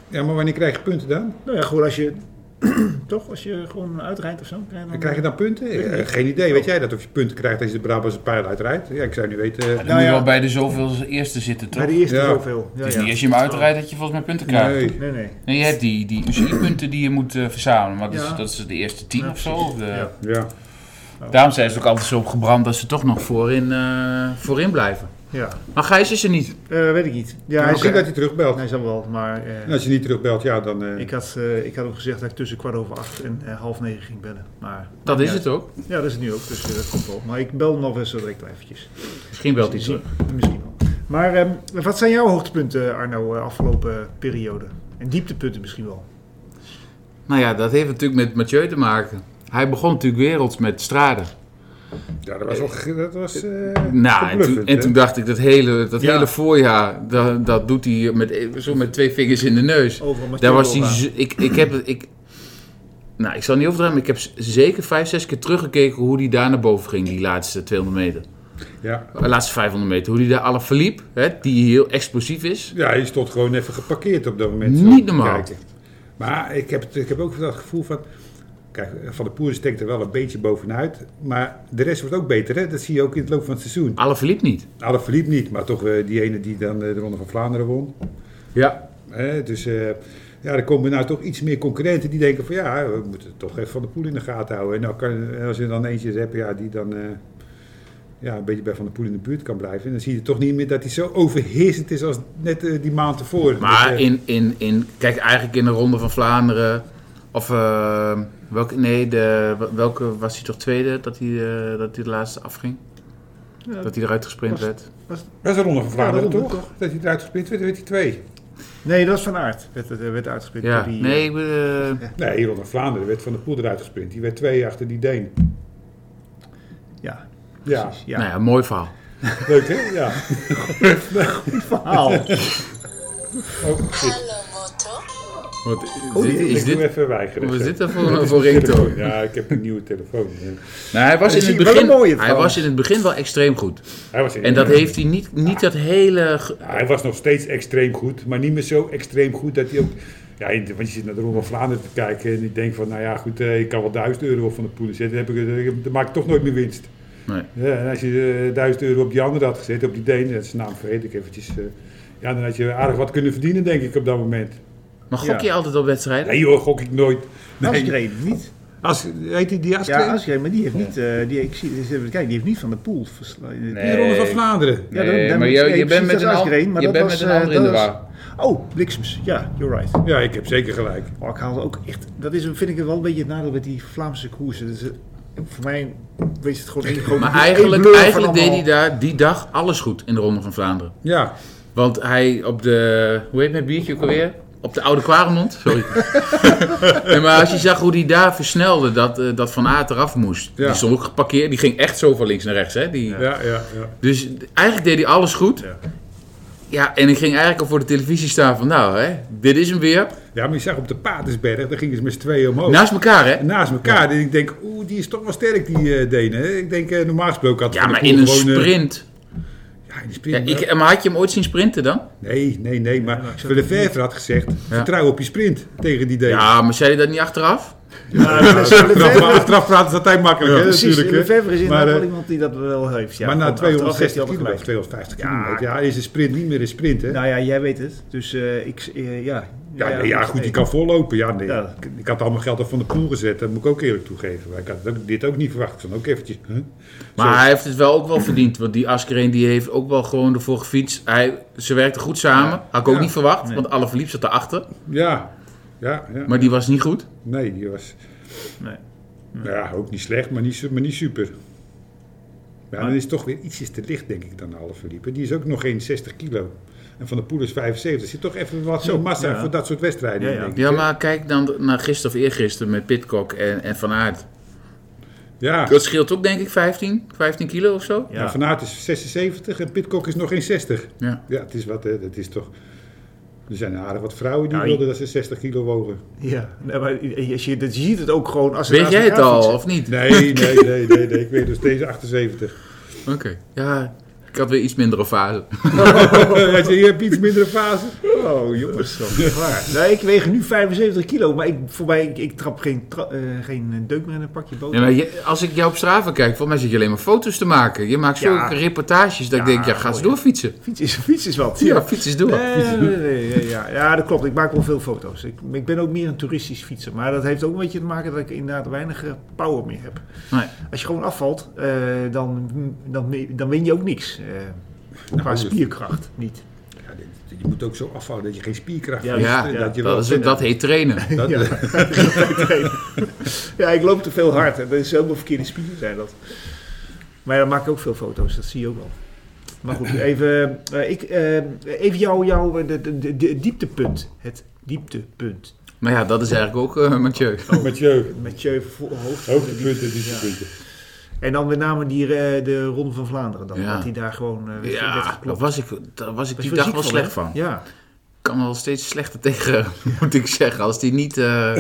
Ja, maar wanneer krijg je punten dan? Nou ja, gewoon als je, toch, als je gewoon uitrijdt of zo. Krijg je dan, Dan krijg je dan punten? Eh, geen idee. Weet jij dat of je punten krijgt als je de Brabantse pijl uitrijdt? Ja, ik zou niet weten. eh, Dan Nou moet je ja. wel bij de zoveel eerste zitten, toch? Bij de eerste Ja. zoveel. Ja, Het is ja. Dus niet als je hem uitrijdt dat je volgens mij punten krijgt. nee. Nee, nee. Nee, je hebt die, die UCI-punten die je moet eh, verzamelen. Maar dat, Ja. is, dat is de eerste tien Ja, of zo. precies. of de- Ja. Ja. Daarom zijn ze ook altijd zo opgebrand dat ze toch nog voorin, eh, voorin blijven. Ja, Maar Gijs is er niet. Eh, weet ik niet. Ja, Nou, hij, misschien zei, dat hij terugbelt. hij zal wel, maar eh, En als je niet terugbelt, ja, dan... eh, ik, had, eh, ik had hem gezegd dat ik tussen kwart over acht en eh, half negen ging bellen. Maar, Dat is ja. het ook. Ja, dat is het nu ook, dus eh, dat komt wel. Maar ik bel hem nog eens zo direct wel eventjes. Misschien wel iets. Misschien, misschien wel. Maar ehm, wat zijn jouw hoogtepunten, Arno, eh, afgelopen periode? En dieptepunten misschien wel. Nou ja, dat heeft natuurlijk met Mathieu te maken. Hij begon natuurlijk werelds met straden. Ja, dat was wel... Dat was, eh, Nou, en toen, verbluffend, en hè? toen dacht ik, dat hele, dat Ja. hele voorjaar, dat, dat doet hij met, zo met twee vingers in de Oh, neus. Overal maar Daar was hij, z- ik, ik heb, het- ik, nou, ik zal niet overdrijven, maar ik heb z- zeker vijf, zes keer teruggekeken hoe hij daar naar boven ging, die laatste 200 meter. Ja. De laatste 500 meter, hoe hij daar alle verliep, hè, die heel explosief is. ja, hij stond gewoon even geparkeerd op dat moment. Niet Zo, normaal. kijken. Maar ik heb, het- ik heb ook dat gevoel van... Kijk, eh, Van der Poer steekt er wel een beetje bovenuit. Maar de rest wordt ook beter, hè? Dat zie je ook in het loop van het seizoen. Alle verliep niet. Alle Nou, verliep niet, maar toch eh, die ene die dan eh, de Ronde van Vlaanderen won. Ja. Hè, dus eh, ja, er komen nou toch iets meer concurrenten die denken van ja, we moeten toch even van de poel in de gaten houden. En nou kan, en als je dan eentje hebt ja, die dan eh, ja, een beetje bij van de poel in de buurt kan blijven, dan zie je toch niet meer dat hij zo overheersend is als net eh, die maand tevoren. Dus, Maar eh, in, in, in, kijk, eigenlijk in de Ronde van Vlaanderen, of eh, welke, nee, de, welke was hij toch tweede, dat hij, eh, dat hij de laatste afging? Ja. Dat hij eruit gesprint Was- werd. dat is een ronde van Vlaanderen Ja, dat toch? Dat hij eruit gesprint werd, werd hij twee. Nee, dat is van aard. Werd, werd, werd uitgespeeld Ja, door die... nee, ik bedoel, eh, Nee, ronde van Vlaanderen werd van de poel eruit gesprint. Die werd twee achter die Deen. Ja, Ja, precies. Ja. nou ja, mooi verhaal. leuk hè? Ja. Verhaal. Oh, shit. Hallo Moto. Wat, ik dit, is doe dit, even weigeren. wat is zeg. dit dan voor, voor ringtoon? Ja, ik heb een nieuwe telefoon. hè. Nou, hij was, in zie het ik wel begin, een mooie hij trouwens. was in het begin wel extreem goed. Hij was in- En dat heeft hij niet, niet dat hele... ge- Ja, hij was nog steeds extreem goed, maar niet meer zo extreem goed dat hij ook. Ja, je- want je zit naar de Ronde van Vlaanderen te kijken en ik denk van, nou ja, goed, eh, ik kan wel 1000 euro op van de poelen zetten, dan, heb ik, het- eh, dan maak ik toch nooit meer winst. Nee. Ja, en als je eh 1000 euro op die andere had gezet, op die Deen, dat is naam vergeet ik eventjes, eh, ja, dan had je aardig wat kunnen verdienen, denk ik, op dat moment. Maar gok je Ja. altijd op wedstrijden? Nee joh, gok ik nooit. Nou, Nee. Asgreen niet. Als, heet die die Asgreen? Ja, Asgreen, maar die heeft niet... eh, die, ik zie, eens even kijken, die heeft niet van de pool verslagen. Die Ronde van Vlaanderen. Ja, Nee, dat- dat maar moet- je, nee, je bent precies, met dat een, is an- Asgreen, maar je dat bent was, met een eh, ander in de dat was- war. Oh, bliksems. Ja, you're right. Ja, ik heb zeker gelijk. Oh, ik haal ook echt... Dat is, vind ik wel een beetje het nadeel met die Vlaamse koersen. Dus, eh, voor mij is het gewoon één grote... Maar één eigenlijk, blur van eigenlijk deed hij allemaal. daar die dag alles goed in de Ronde van Vlaanderen. Ja, Want hij op de, hoe heet mijn biertje ook alweer? Op de Oude Kwaremond, sorry. nee, maar als je zag hoe die daar versnelde, dat, eh, dat Van Aert eraf moest. Ja. Die stond ook geparkeerd, die ging echt zo van links naar rechts. Hè? Die, ja, ja. ja. Dus eigenlijk deed hij alles goed. Ja. Ja. en ik ging eigenlijk al voor de televisie staan van, nou hè, dit is hem weer. Ja, maar je zag op de Patersberg, daar gingen ze met z'n tweeën omhoog. Naast elkaar hè. naast elkaar. En ik denk, oeh, die is toch wel sterk, die eh Denen. hè? Ik denk, eh, normaal gesproken had Ja, Van der maar Poel in een gewoon, eh, sprint. ja, in een Ja, sprint. ik, eh, maar had je hem ooit zien sprinten dan? Nee, nee, nee. Maar Van de Verver had gezegd, vertrouw op je sprint tegen die Denen. Ja, maar zei hij dat niet achteraf? Achteraf, achteraf praten is altijd makkelijk, hè, Precies, natuurlijk. hè. Lefebvre is inderdaad maar, eh, wel iemand die dat wel heeft. Ja, maar na Want achteraf heeft 260 hij altijd kilometer, gelijk. 250 Ja. kilometer, ja, is een sprint niet meer een sprint, hè? Nou ja, jij weet het. Dus eh, ik... eh, ja. ja, nee, ja, goed, je nee. kan vollopen. Ja, nee. Ja. Ik, ik had al mijn geld op Van de Poel gezet, dat moet ik ook eerlijk toegeven. Maar ik had het ook- dit ook niet verwacht. Ik stond ook eventjes... huh? Maar Zo. hij heeft het wel ook wel verdiend. Want die Askreen die heeft ook wel gewoon ervoor gefietst. Hij, ze werkten goed samen. Had ik ook Ja. niet verwacht. Want alle verliep zat erachter. Ja, ja, ja. Maar die was niet goed. Nee, die was... Nee. Nou ja, ook niet slecht, maar niet, su- maar niet super. Ja, dan is het toch weer ietsjes te licht, denk ik, dan half verliepen. Die is ook nog geen 60 kilo. En Van de Poel is 75. Zit toch even wat zo massa ja. voor dat soort wedstrijden. Ja, in, ja. denk ik, Ja, hè? maar kijk dan naar gisteren of eergisteren met Pitcock en, en Van Aert. ja. Dat scheelt ook denk ik 15, 15 kilo of zo. Ja, Ja. Van Aert is 76 en Pitcock is nog geen 60. Ja. Ja, het is wat, hè. Dat is toch... Er zijn aardig wat vrouwen die Nou, wilden dat ze 60 kilo wogen. Ja, nee, maar eh, als je, dat- je ziet het ook gewoon als ze Weet naast jij het elkaar al fietsen. of niet? dus Nee, nee, nee, nee, nee. Ik weet nog steeds 78. Oké. Ja, ik had weer iets mindere fase. Oh. Hij zei, Eh, je hebt iets mindere fase. Oh, jongens. Nou, ik weeg nu 75 kilo, maar ik, voor mij, ik, ik trap geen, tra- eh, geen deuk meer in een pakje boter. Nee, maar je- als ik jou op Strava kijk, volgens mij zit je alleen maar foto's te maken. Je maakt Ja. zulke reportages dat ik Ja, denk, ja, ga eens mooi. doorfietsen. Fiets, is, fiets is wat. Ja, fiets eens door. Nee, nee, nee, nee, nee, ja, ja, dat klopt. Ik maak wel veel foto's. Ik, ik ben ook meer een toeristisch fietser. Maar dat heeft ook een beetje te maken dat ik inderdaad weinig eh, power meer heb. Nee. Als je gewoon afvalt, eh, dan, dan, dan win je ook niks. eh, qua spierkracht niet. Ja, dit- je moet ook zo afvallen dat je geen spierkracht Ja, hebt. Ja, dat, ja, je wel dat, is, dat heet trainen. dat- Ja. ja, ik loop te veel hard. En dat is helemaal verkeerde spieren zijn dat. Maar ja, dan maak ik ook veel foto's, dat zie je ook wel. Maar goed, even, eh, ik, eh, even jouw jou, eh, de, de, de- de dieptepunt. Het dieptepunt. Maar ja, dat is eigenlijk ook eh Mathieu. Oh, Met je Met je vo- hoofd. hoogtepunten, dieptepunten. En dan met name die, eh, de Ronde van Vlaanderen. Dan, Ja. Dat hij daar gewoon eh, werd- werd Ja, daar geklopt. was ik, daar was ik Was die je dag ziek wel van, slecht hè? van. Ik Ja, kan er wel steeds slechter tegen, moet ik zeggen. Als die niet... eh,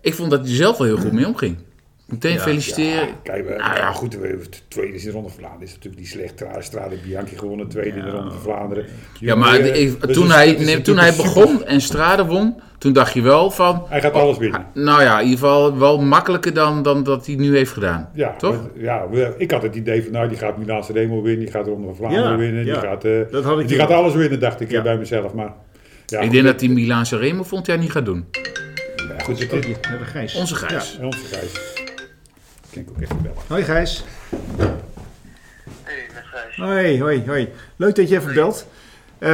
Ik vond dat hij er zelf wel heel goed mee omging. Meteen feliciteren. Ja, kijk, eh, Ah, ja. goed, de tweede is in de Ronde van Vlaanderen. Is natuurlijk die slecht. Tra- Strade Bianchi gewonnen, tweede in de Ronde van Vlaanderen. Ja, maar eh, ik- dus toen het- hij, het is nee, toen natuurlijk hij een begon en Strade won, toen dacht je wel van... super- Hij gaat alles winnen. Nou ja, in ieder geval wel makkelijker dan, dan dat hij nu heeft gedaan. Ja, Toch? want- ja, we- ik had het idee van, nou, die gaat Milaanse Remo winnen, die gaat de Ronde van Vlaanderen Ja, winnen, ja. die, gaat, eh, dat had ik die niet. gaat alles winnen, dacht ik eh, Ja. bij mezelf. Maar ja, ik goed, denk dat die Milaanse Remo vond hij niet gaat doen. ja, goed, het is Hier, we hebben Gijs. Onze Gijs. en onze Gijs. Klink ook echt bellen. Hoi Gijs. Hey, met Gijs. Hoi, hoi, hoi. Leuk dat je even belt. Eh,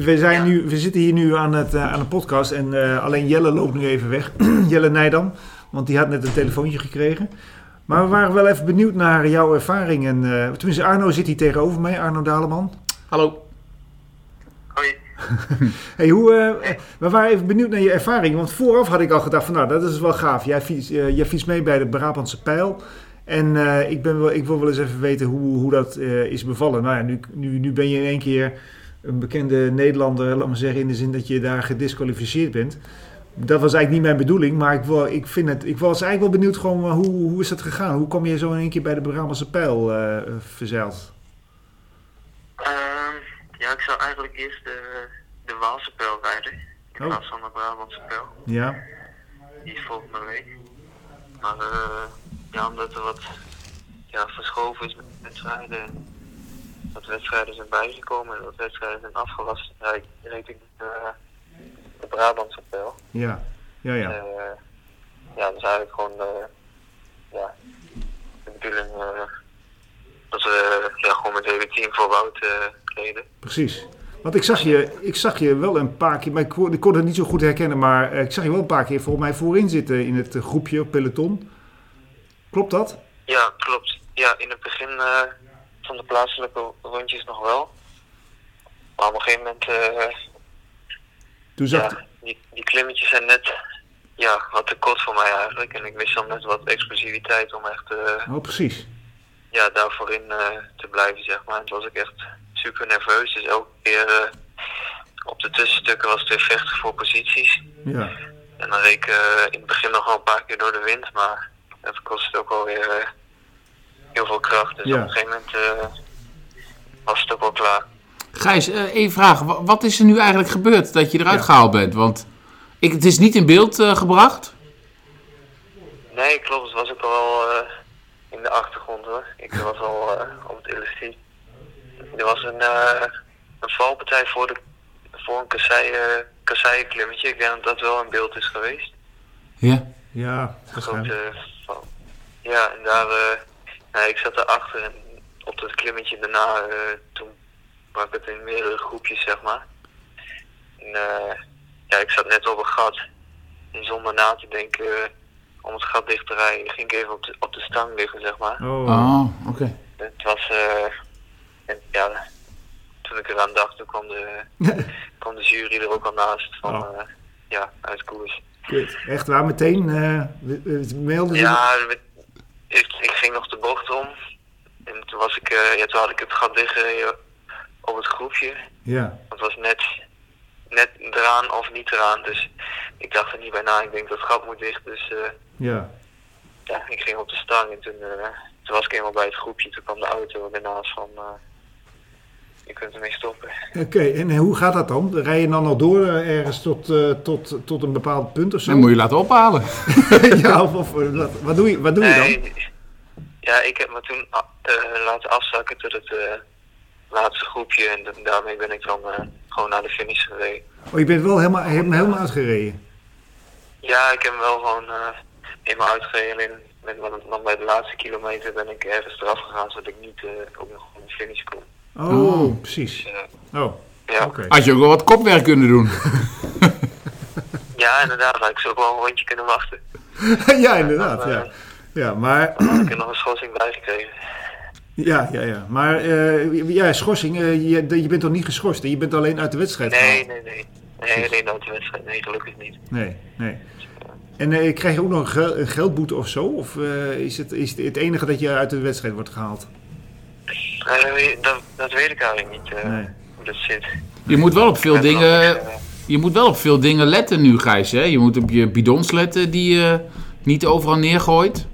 we, zijn nu, we zitten hier nu aan, het, eh, aan de podcast en eh, alleen Jelle loopt nu even weg. Jelle Nijdam, want die had net een telefoontje gekregen. Maar we waren wel even benieuwd naar jouw ervaring. En, eh, tenminste, Arno zit hier tegenover mij, Arno Daleman. Hallo. Hoi. Hey, hoe, eh, we waren even benieuwd naar je ervaring, want vooraf had ik al gedacht van nou, dat is wel gaaf. Jij fiets, eh, jij fietst mee bij de Brabantse Pijl. En eh, ik, ben wel, ik wil wel eens even weten hoe, hoe dat eh, is bevallen. Nou ja, nu, nu, nu ben je in één keer een bekende Nederlander, laat maar zeggen, in de zin dat je daar gedisqualificeerd bent. Dat was eigenlijk niet mijn bedoeling, maar ik, wil, ik, vind het, ik was eigenlijk wel benieuwd gewoon, eh, hoe, hoe is dat gegaan? Hoe kom je zo in één keer bij de Brabantse Pijl eh eh, verzeild? Ehm, ja, ik zou eigenlijk eerst de, de Waalse pijl rijden. In Oh. plaats van de Brabantse pijl. Ja, Die is volgende week. Maar eh, ja, omdat er wat ja, verschoven is met wedstrijden. En wat wedstrijden zijn bijgekomen en wat wedstrijden zijn afgelast. Rijd, rijd ik eh, de Brabantse pijl. ja, ja, ja. Ja. Eh, ja, dat is eigenlijk gewoon eh, ja, de bedoeling eh, dat we ja, gewoon met het hele team voor Wout eh, reden. Precies. Want ik zag, je, ik zag je wel een paar keer, maar ik kon, ik kon het niet zo goed herkennen, maar eh, ik zag je wel een paar keer volgens mij voorin zitten in het eh, groepje peloton. Klopt dat? Ja, klopt. Ja, in het begin eh, van de plaatselijke rondjes nog wel. Maar op een gegeven moment, eh, Toen zag ja, die, die klimmetjes zijn net ja, wat te kort voor mij eigenlijk. En ik mis dan net wat explosiviteit om echt eh, Oh, precies. ja, daar voorin eh, te blijven, zeg maar. Toen was ik echt super nerveus. Dus elke keer eh, op de tussenstukken was het weer vechten voor posities. Ja. En dan reek ik eh, in het begin nog wel een paar keer door de wind, maar dat kost het ook wel weer eh, heel veel kracht. Dus Ja. op een gegeven moment eh, was het ook wel klaar. Gijs, eh, één vraag. Wa- Wat is er nu eigenlijk gebeurd dat je eruit Ja. gehaald bent? Want ik, het is niet in beeld eh, gebracht. Nee, klopt. Het was ook al wel eh, in de achtergrond hoor. Ik was al eh, op het LST. Er was een, eh, een valpartij voor, de, voor een kasseien, eh, kasseienklimmetje. Ik denk dat dat wel in beeld is geweest. Ja. Ja, waarschijnlijk. grote val. eh, Ja, en daar, eh, nou, ik zat daarachter en op dat klimmetje daarna, eh, toen brak het in meerdere groepjes, zeg maar. En, eh, ja, ik zat net op een gat. En zonder na te denken eh, om het gat dicht te rijden, ging ik even op de, op de stang liggen, zeg maar. Oh. Oh, oké. Het was, eh, en, ja, toen ik eraan dacht, toen kwam de, kwam de jury er ook al naast van, Oh. eh, ja, uit koers. kut. Echt waar, meteen eh, we- we melden ze. Ja, we- ik, ik ging nog de bocht om. En toen, was ik, eh, ja, toen had ik het gat liggen eh, op het groepje. Ja. Het was net, net eraan of niet eraan. Dus ik dacht er niet bij na. Ik denk dat het gat moet dicht. Dus eh, Ja. ja, ik ging op de stang en toen, eh, toen was ik eenmaal bij het groepje. Toen kwam de auto ernaast van, eh, je kunt ermee stoppen. Oké, en hoe gaat dat dan? Rij je dan nog door eh, ergens tot, eh, tot, tot een bepaald punt of zo? Dan moet je laten ophalen. ja, of, of, eh, wat, wat doe je, wat doe je dan? ja, ik heb me toen a- eh, laten afzakken tot het eh, laatste groepje. En da- daarmee ben ik dan eh, gewoon naar de finish gereden. Oh, je bent wel helemaal, je hebt hem helemaal uitgereden. Ja, ik heb hem wel gewoon eh helemaal uitgereden. En met, want dan bij de laatste kilometer ben ik ergens eraf gegaan, zodat ik niet eh, ook nog op de finish kon. Oh, precies. Ja. Oh, Ja. oké. Had je ook wel wat kopwerk kunnen doen. ja, inderdaad. Had ik zo ook wel een rondje kunnen wachten. ja, inderdaad, ja. Ja, maar, Dan had ik er nog een schorsing bij gekregen. ja, ja, ja. maar eh, ja, schorsing, eh, je, je bent toch niet geschorst? hè? Je bent alleen uit de wedstrijd Nee, gehaald? nee, nee. Nee, nee, nooit de wedstrijd. Nee, gelukkig niet. Nee, nee. En eh, krijg je ook nog een, gel- een geldboete of zo? Of eh, is, het, is het het enige dat je uit de wedstrijd wordt gehaald? Eh, dat, dat weet ik eigenlijk niet, eh, Nee. hoe dat zit. Je moet wel op veel Ik ben er nog dingen, niet, eh, je moet wel op veel dingen letten nu, Gijs. Hè? Je moet op je bidons letten die je niet overal neergooit.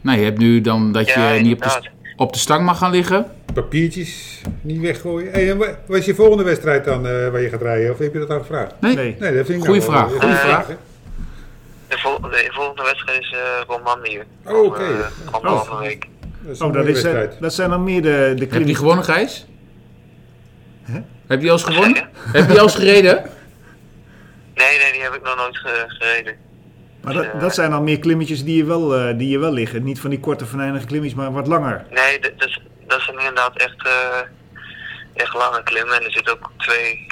Nou, je hebt nu dan dat Ja, je niet op de, inderdaad. op de stang mag gaan liggen. Papiertjes niet weggooien. Hey, en wa- wat is je volgende wedstrijd dan eh, waar je gaat rijden? Of heb je dat al gevraagd? Nee. Nee. Nee, dat vind ik Goeie nou vraag, Wel, goeie goeie vraag. vraag. hè? De, vol- de volgende wedstrijd is eh Romandie. Oh, oké. Over, eh, Anderhalve Oh. week. Dat is een Oh, dat, mooie is, eh, wedstrijd. dat zijn dan meer de, de Heb je die klinische- gewonnen, Gijs? Heb je die als Zeg gewonnen? Heb je die als gereden? Nee, nee, die heb ik nog nooit ge- gereden. Maar dat, dat zijn dan meer klimmetjes die je wel, eh, die je wel liggen. Niet van die korte, venijnige klimmetjes, maar wat langer. Nee, d- dat, is- dat zijn inderdaad echt, eh, echt lange klimmen. En er zitten ook twee,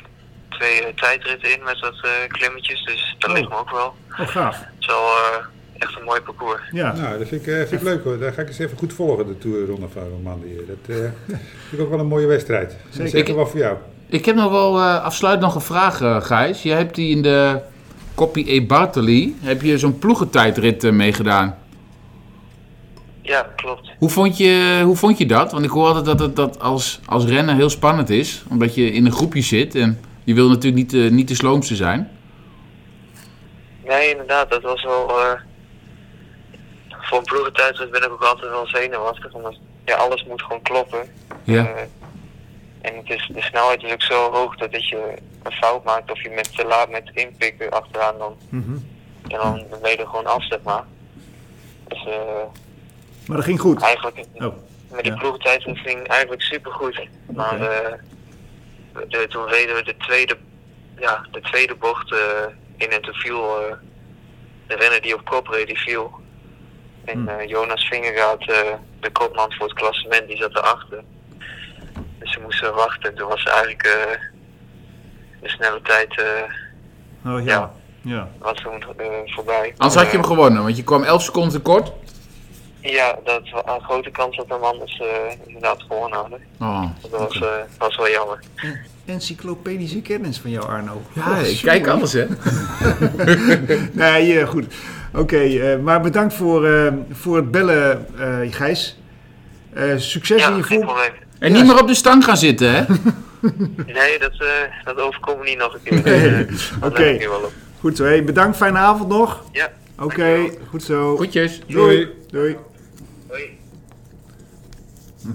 twee eh, tijdritten in met wat eh, klimmetjes. Dus dat Oh. ligt me ook wel. Oh, gaaf. Het is wel eh, echt een mooi parcours. Ja. Nou, dat vind ik, eh, vind ik leuk hoor. Daar ga ik eens even goed volgen, de Tour Ronde van Romandie. Dat eh, vind ik ook wel een mooie wedstrijd. Zeker. Zeker. Zeker wel voor jou. Ik heb nog wel eh, afsluitend nog een vraag, eh, Gijs. Jij hebt die in de Copy E Bartoli, heb je zo'n ploegentijdrit eh, meegedaan. Ja, klopt. Hoe vond, je, hoe vond je dat? Want ik hoor altijd dat het dat als, als renner heel spannend is. Omdat je in een groepje zit en je wil natuurlijk niet, de- niet de sloomste zijn. Nee, inderdaad, dat was wel. eh, voor een ploegentijdrit ben ik ook altijd wel zenuwachtig. Omdat ja, alles moet gewoon kloppen. Ja. Eh, en het is, de snelheid is ook zo hoog dat als je een fout maakt of je met te laat met inpikken achteraan, dan, ja, dan ben je er gewoon af, zeg maar. Dus eh, Maar dat ging goed. eigenlijk, Oh, met die ja. ploegentijdrit ging eigenlijk supergoed. Maar Oké. eh, de, toen reden we de tweede, ja, de tweede bocht eh, in en toen viel eh, de renner die op kop reed, die viel. En Hm. eh, Jonas Vingergaard, eh, de kopman voor het klassement, die zat erachter. Dus ze moesten wachten. Toen was eigenlijk eh, de snelle tijd eh, Oh, ja. Ja. Ja. was toen, eh, voorbij. Anders had je hem gewonnen, want je kwam 11 seconden tekort. Ja, dat was een grote kans dat hem anders eh, inderdaad gewonnen hadden. Oh. Dat was, eh, was wel jammer. Encyclopedische kennis van jou, Arno. Ja, Oh, ik jongen. kijk alles, hè. Nee, eh, goed. Oké, eh, maar bedankt voor, eh, voor het bellen, eh, Gijs. Eh, succes in Ja, je geen vol. probleem. En niet meer op de stang gaan zitten, hè. Nee, dat, eh, dat overkomt me niet nog een keer. Nee. Oké, Dat let ik nu wel op. goed zo. Hey, bedankt, fijne avond nog. Ja. Oké, goed zo. Goedjes. Doei. Doei. Hoi.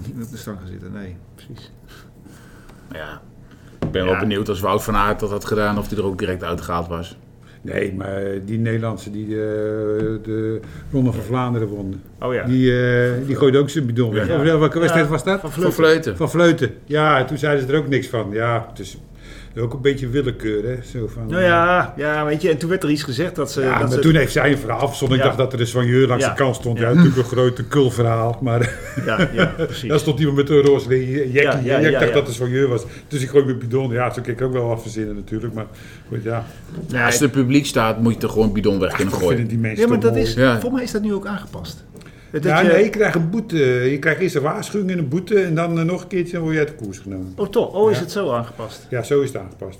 Niet meer op de stang gaan zitten, nee. Precies. Ja. Ik ben wel Ja. benieuwd als Wout van Aert dat had gedaan of hij er ook direct uitgehaald was. Nee, maar eh, die Nederlandse die eh, de Ronde van Vlaanderen won. Oh ja. Die, eh, die gooide ook zijn bidon weg. Ja. Of Welke wedstrijd was dat? Voor fleuten. Van Vleuten. Ja, en toen zeiden ze er ook niks van. Ja, het is ook een beetje willekeur, hè? Zo van, Nou ja, ja, weet je, en toen werd er iets gezegd dat ze... Ja, dat maar ze toen heeft zij een verhaal verzonnen. Ja. Ik dacht dat er een soigneur langs Ja. de kant stond. Ja, natuurlijk een grote kulverhaal. Maar Ja, ja, daar precies. stond iemand met een roze jekkie. Ja, ja, En ja, ik dacht ja. dat het een soigneur was. Dus ik gooi mijn bidon. Ja, zo kan ik ook wel wat verzinnen natuurlijk. Maar goed, ja. Nee, Als er publiek staat, moet je er gewoon bidon weg kunnen Dat gooien. vinden die mensen Ja, maar toch dat mooi. is, Ja. volgens mij is dat nu ook aangepast. Dat Ja, je- nee, je krijgt een boete. Je krijgt eerst een waarschuwing en een boete. En dan eh, nog een keertje dan word je uit de koers genomen. Oh, toch? Oh, is Ja. het zo aangepast? Ja, zo is het aangepast.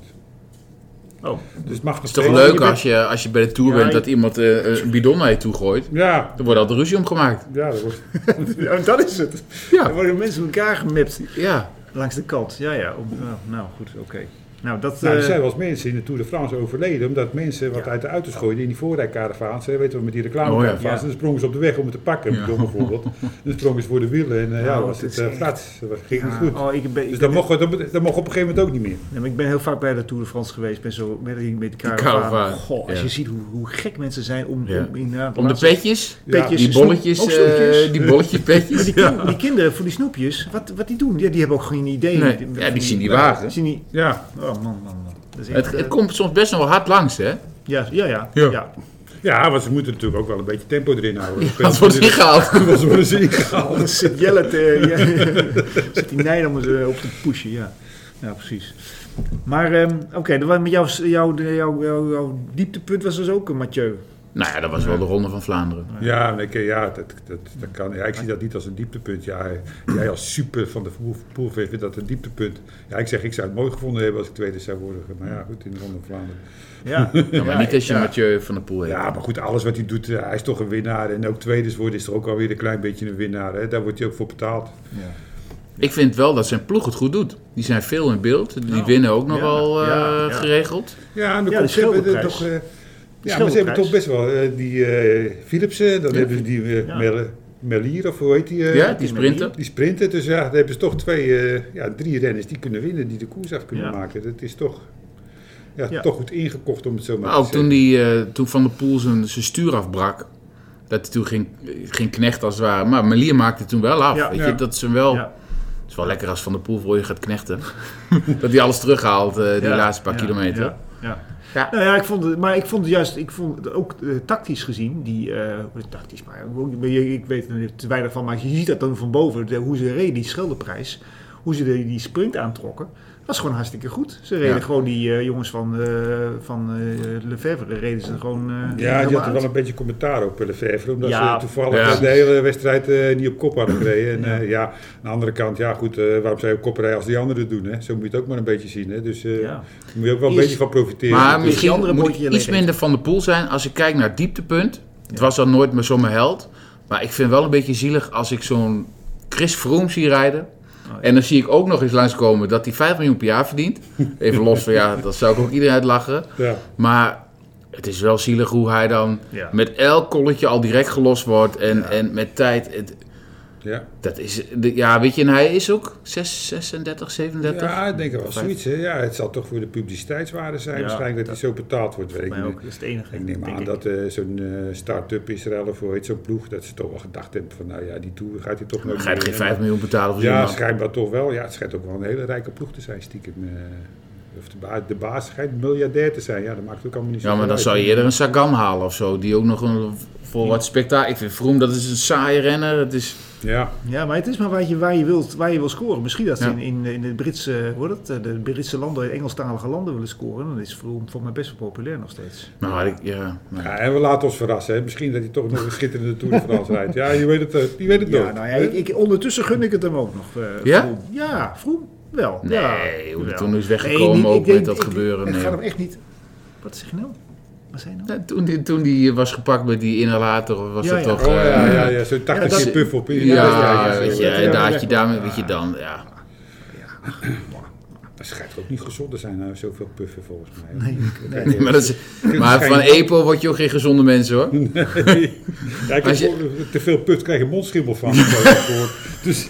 Oh, Dus het mag nog Het is toch steeds- leuk als je, als je bij de Tour Ja, bent je- dat iemand eh, een bidon naar je toe gooit. Ja, Er wordt altijd ruzie om gemaakt. ja, dat wordt... ja, dat is het. Ja. Dan worden mensen met elkaar gemapt Ja. langs de kant. Ja, ja. om- ja, oh, nou, goed, oké. Nou, dat, Nou, er eh, zijn wel eens mensen in de Tour de France overleden. omdat mensen wat uit de auto's gooiden in die voorrijkaravaan. Weet je wel, met die Oh ja. reclamekaravaan. Dan sprongen ze op de weg om het te pakken, Ja. dom bijvoorbeeld. Dan sprongen ze voor de wielen en eh, ja, Nou, was het het is eh, echt- flats. Dat ging niet ja, goed. Oh, ik ben, ik Dus ben- dat mocht, dat, dat mocht op een gegeven moment ook niet meer. Ja, maar ik ben heel vaak bij de Tour de France geweest. Ben zo met die met die caravan, caravan. Goh, als ja. je ziet hoe, hoe gek mensen zijn om, Ja. om, inderdaad Om de laatste- petjes, petjes, die bolletjes, snoep- ook snoepjes. eh, die bolletjepetjes. Maar die, ja. kin- die kinderen voor die snoepjes, wat, wat die doen, ja, die hebben ook geen idee. Nee, Die- ja, van die zien die wagen. Zien die, Ja, oh man, man, man. Dat is echt, Het, het eh, komt soms best nog wel hard langs, hè? ja, ja, ja, Ja. ja. ja want ze moeten natuurlijk ook wel een beetje tempo erin houden. Dat wordt ingehaald. Dat wordt ingehaald. Dan zit Oh, Jelle te, ja, zit die Nijdam eh, op te pushen, ja. Ja, precies. Maar ehm, oké, dan was- met jouw jouw jouw jouw jouw dieptepunt was dus ook een Mathieu. Nou ja, dat was wel de Ronde van Vlaanderen. Ja, nee, oké, ja dat, dat, dat kan. Ja, ik zie dat niet als een dieptepunt. Ja, jij als super van de poolfeest vindt dat een dieptepunt. Ja, ik zeg, ik zou het mooi gevonden hebben als ik tweede zou worden. Maar ja, goed, in de Ronde van Vlaanderen. Ja, Ja, Nou, maar niet als je ja. Mathieu van der Poel heet. Ja, maar goed, alles wat hij doet, eh, hij is toch een winnaar. En ook tweede worden is toch ook alweer een klein beetje een winnaar. Hè? Daar wordt hij ook voor betaald. Ik vind wel dat zijn ploeg het goed doet. Die zijn veel in beeld. Die winnen ook nog Nou, ja, wel eh, ja, ja. geregeld. Ja, en dan Ja, komt, de ze hebben er schilderprijs. toch... eh, ja, maar ze hebben schilderprijs. toch best wel eh, die eh Philipsen, dan hebben ze die eh, Ja. Mel- Melier, of hoe heet die? eh, ja, die sprinten. Die sprinten, dus ja, dan hebben ze toch twee, eh, ja, drie renners die kunnen winnen, die de koers af kunnen Ja. maken. Dat is toch, ja, Ja. toch goed ingekocht om het zo maar Maar ook te toen, zeggen. die, eh, toen Van der Poel zijn, zijn stuur afbrak. Dat hij toen ging, ging knecht als het ware. Maar Melier maakte het toen wel af. Ja, weet ja. je, dat ze hem wel... Ja. Het is wel lekker als Van der Poel voor je gaat knechten. dat hij alles terughaalt, eh, die Ja, laatste paar ja, kilometer. Ja, ja. Ja. Nou ja, ik vond het, maar ik vond het juist, ik vond het ook eh, tactisch gezien, die, eh, tactisch, maar ook- je- ik weet er te weinig van, maar je ziet dat dan van boven, de- hoe ze reden, die schilderprijs, hoe ze de- die sprint aantrokken, was gewoon hartstikke goed. Ze reden Ja. gewoon die eh, jongens van, eh van eh Lefebvre, reden ze gewoon eh, Ja, die helemaal had er uit. wel een beetje commentaar op eh, Lefebvre, omdat Ja. ze toevallig Ja. de hele wedstrijd eh, niet op kop hadden gereden. En eh, ja, aan de andere kant, ja goed, eh, waarom zou je op kop rijden als die anderen doen? Hè? Zo moet je het ook maar een beetje zien. Hè? Dus eh, Ja. daar moet je ook wel een Eerst- beetje van profiteren. Maar natuurlijk. misschien andere moet bootje ik alleen iets minder van de poel zijn als ik kijk naar het dieptepunt. Het was dan nooit meer zo'n held. Maar ik vind wel een beetje zielig als ik zo'n Chris Froome zie rijden. Oh, ja. En dan zie ik ook nog eens langskomen dat hij 5 miljoen per jaar verdient. Even los van ja, dat zou ik ook iedereen uitlachen. ja. Maar het is wel zielig hoe hij dan Ja. met elk kolletje al direct gelost wordt. En, en met tijd. Het- Ja. dat is, de- ja, weet je, en hij is ook 6, 36, 37. ja, ik denk wel Vijf. zoiets. Hè? Ja, het zal toch voor de publiciteitswaarde zijn, Ja, waarschijnlijk dat hij zo betaald wordt. Weet ik Mij niet. ook, dat is het enige. Ik neem denk aan ik. dat eh, zo'n eh, start-up Israël of hoe heet zo'n ploeg, dat ze toch wel gedacht hebben van, nou ja, die tour gaat hij toch Dan nooit ga je er geen winnen. 5 miljoen betalen voor zo'n Ja, man. schijnbaar toch wel. Ja, het schijnt ook wel een hele rijke ploeg te zijn, stiekem. eh. of de, ba- de baas schijnt miljardair te zijn. Ja, dat maakt ook allemaal niet zo Ja, maar dan zou je eerder een Sagan halen of zo. Die ook nog een, voor wat spektakel. Ik vind Vroom, dat is een saaie renner. Het is, Ja, Ja, maar het is maar waar je, waar je, wilt, waar je wil scoren. Misschien dat ze Ja. in, in, in het Britse, hoe heet dat, de Britse landen, Engelstalige landen willen scoren. Dan is Vroom voor mij best wel populair nog steeds. nou, ik, ja, nou. ja, en we laten ons verrassen. Hè. Misschien dat hij toch nog een schitterende Tour de France rijdt. Ja, je weet het, eh, je weet het Ja, nooit. nou ja, ik, ik- ondertussen gun ik het hem ook nog. eh, Ja? Vroom. Ja, Vroom wel. ja, Nee, hoe hij jawel. toen is weggekomen Nee, niet- ook ik denk- met dat ik- gebeuren. Het nee. gaat hem echt niet... Wat zeg je nou? Wat zei je nou? Ja, toen, die, toen die was gepakt met die inhalator, was Ja, dat ja. toch... Oh ja, eh, ja, ja zo'n 80 dat- keer puff op. in- Ja, zo. weet je, Ja, en daar had je ja. daarmee, weet je dan, ja. Dat schijnt ook niet gezond te zijn, nou, zoveel puffen volgens mij. eh, nee. Maar, dat is, maar van EPO word je ook geen gezonde mensen hoor. Ja, ik heb Als je- gehoord, te veel put krijg je mondschimmel van. heb ik ooit gehoord. dus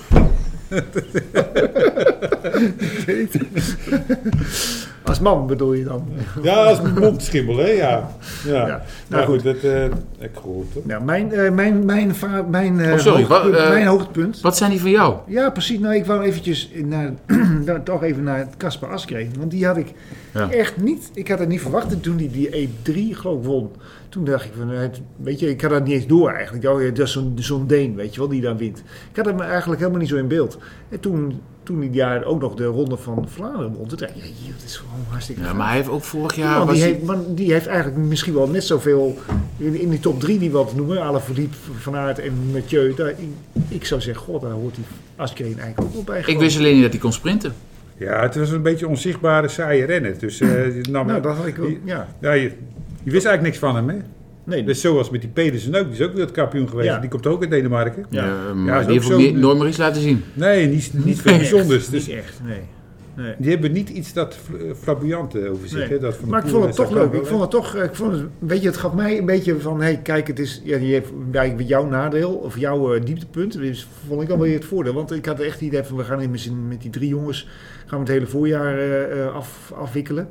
Als man bedoel je dan? ja, dat is mondschimmel, hè? Ja. ja. nou nou goed. goed, dat eh, heb ik gehoord. Hoor. Nou, mijn, eh, mijn, mijn, va- mijn, eh, Oh, sorry, wa- hoogtepunt, eh, mijn hoogtepunt... Wat zijn die van jou? Ja, precies. Nou, ik wou eventjes naar, nou, toch even naar Kasper Askreen. Want die had ik Ja. echt niet... Ik had het niet verwacht. En toen hij die E3 geloof ik won... Toen dacht ik van... eh, het- Weet je, ik had dat niet eens door eigenlijk. Oh, ja, dat is zo'n zo'n Deen, weet je wel, die dan wint. Ik had hem eigenlijk helemaal niet zo in beeld. En toen, toen hij daar ook nog de Ronde van Vlaanderen won... Toen dacht ik, ja, joh, dat is gewoon hartstikke Ja, gaaf. maar hij heeft ook vorig Ja, jaar... want was die, hij- heeft, maar die heeft eigenlijk misschien wel net zoveel in, in die top drie die we altijd noemen. Alaphilippe, Van Aert en Mathieu. Daar, ik, ik zou zeggen, god, daar hoort die Askreen eigenlijk ook wel bij. ik gewoon. wist alleen niet dat hij kon sprinten. Ja, het was een beetje onzichtbare, saaie renner. Dus eh, je nam... Nou, dat had ik wel. je, Ja. ja, je, je wist eigenlijk niks van hem, hè? Nee, Dus zoals met die Pedersen ook, die is ook wereldkampioen geweest. Ja. Die komt ook uit Denemarken. Ja. Ja. maar is die ook heeft ook zo- niet- nooit meer iets laten zien. Nee, niet, niet veel niet echt, bijzonders. Niet Dus, echt, nee. Nee. Die hebben niet iets dat fl- eh, flamboyante over zich. Nee. Hè? Dat van maar ik Poel vond het en toch Zakamba, leuk. Ik hè? vond het toch, eh, ik vond het, weet je, het gaf mij een beetje van, hey, kijk, het is ja, je hebt bij jouw nadeel of jouw eh, dieptepunt. Dus vond ik alweer het voordeel. Want ik had echt het idee van, we gaan hier met, z'n- met die drie jongens, gaan we het hele voorjaar eh, eh, af, afwikkelen.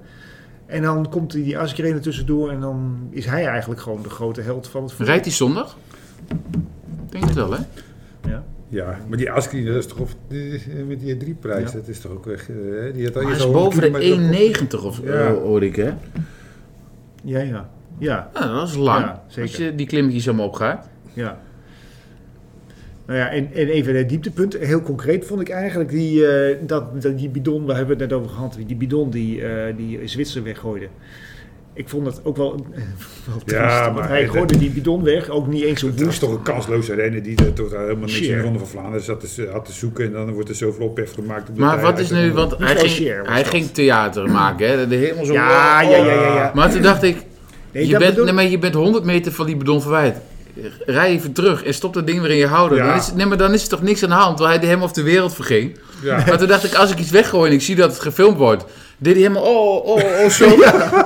En dan komt die, die Asgreen er tussendoor en dan is hij eigenlijk gewoon de grote held van het voorjaar. Rijdt hij zondag? Ik Denk het wel, hè? Ja. Ja, maar die Askrien, dat is toch of, die is, eh, met die drie-prijs, Ja. dat is toch ook echt... eh, die had al Maar hij eerst is al boven 100 kilometer op- de 1,90 of Ja. eh, hoorde ik, hè? ja, ja, ja, Ja, dat is lang. Ja, zeker. Als je die klimmetjes allemaal opgaat. ja. Nou ja, en, en even het dieptepunt. Heel concreet vond ik eigenlijk die, eh, dat, dat die bidon, daar hebben we het net over gehad, die bidon die, eh, die Zwitser weggooide. Ik vond dat ook wel, wel triest, Ja, want maar hij het- gooide die bidon weg, ook niet eens zo Dat is woest. toch een kansloze renner die er toch daar helemaal niks in Sheer. de Ronde van Vlaanderen zat te, had te zoeken. En dan wordt er zoveel ophef gemaakt. omdat Maar hij wat uit is de- nu, want hij Michael ging, Scheer was hij dat. ging theater maken, hè? Dat deed helemaal zo. Ja, ja, ja, ja. ja. Maar toen dacht ik, Nee, je, dat bent, bedoel- nee, maar je bent 100 meter van die bidon verwijderd. Rij even terug en stop dat ding weer in je houder. Ja. Dan is, het- nee, maar dan is er toch niks aan de hand, want hij deed helemaal of de wereld verging. Ja. Maar toen dacht ik, als ik iets weggooi en ik zie dat het gefilmd wordt, deed hij helemaal oh, oh, oh, zo.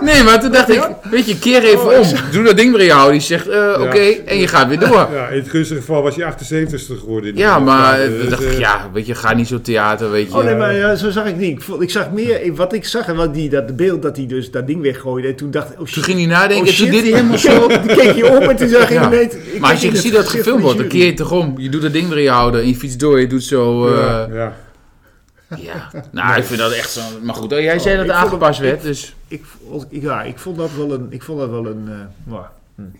Nee, maar toen dacht ik, weet je, keer even Oh, om. Doe dat ding weer in je houder. Je zegt, eh, oké, en je gaat weer door. Ja, in het gunstige geval was hij 78ste geworden. in de Ja, Ronde van maar Vlaanderen. eh, dacht Dus, ik, eh, ja, weet je, ga niet zo theater, weet je. Oh nee, maar ja, zo zag ik niet. Ik, vond- ik zag meer, ik- wat ik zag, en wat die, dat beeld dat hij dus dat ding weggooide. En toen dacht ik, oh Toen shit. ging hij nadenken Oh, en toen shit. deed hij helemaal zo. Toen keek je om en toen zag ik Ja. ineens... ik Maar als keek je in het ziet dat het gezicht gefilmd van de wordt, dan keer jury. je toch om. Je doet dat ding weer in je houden en je fietst door. Je doet zo... eh, ja, ja. Ja. Nou, ik vind dat echt zo. Maar goed, jij zei Oh, dat ik het vond aangepast het- werd, dus. Ik, vond- ik- ja, ik vond dat wel een. Ik vond dat wel een eh, maar-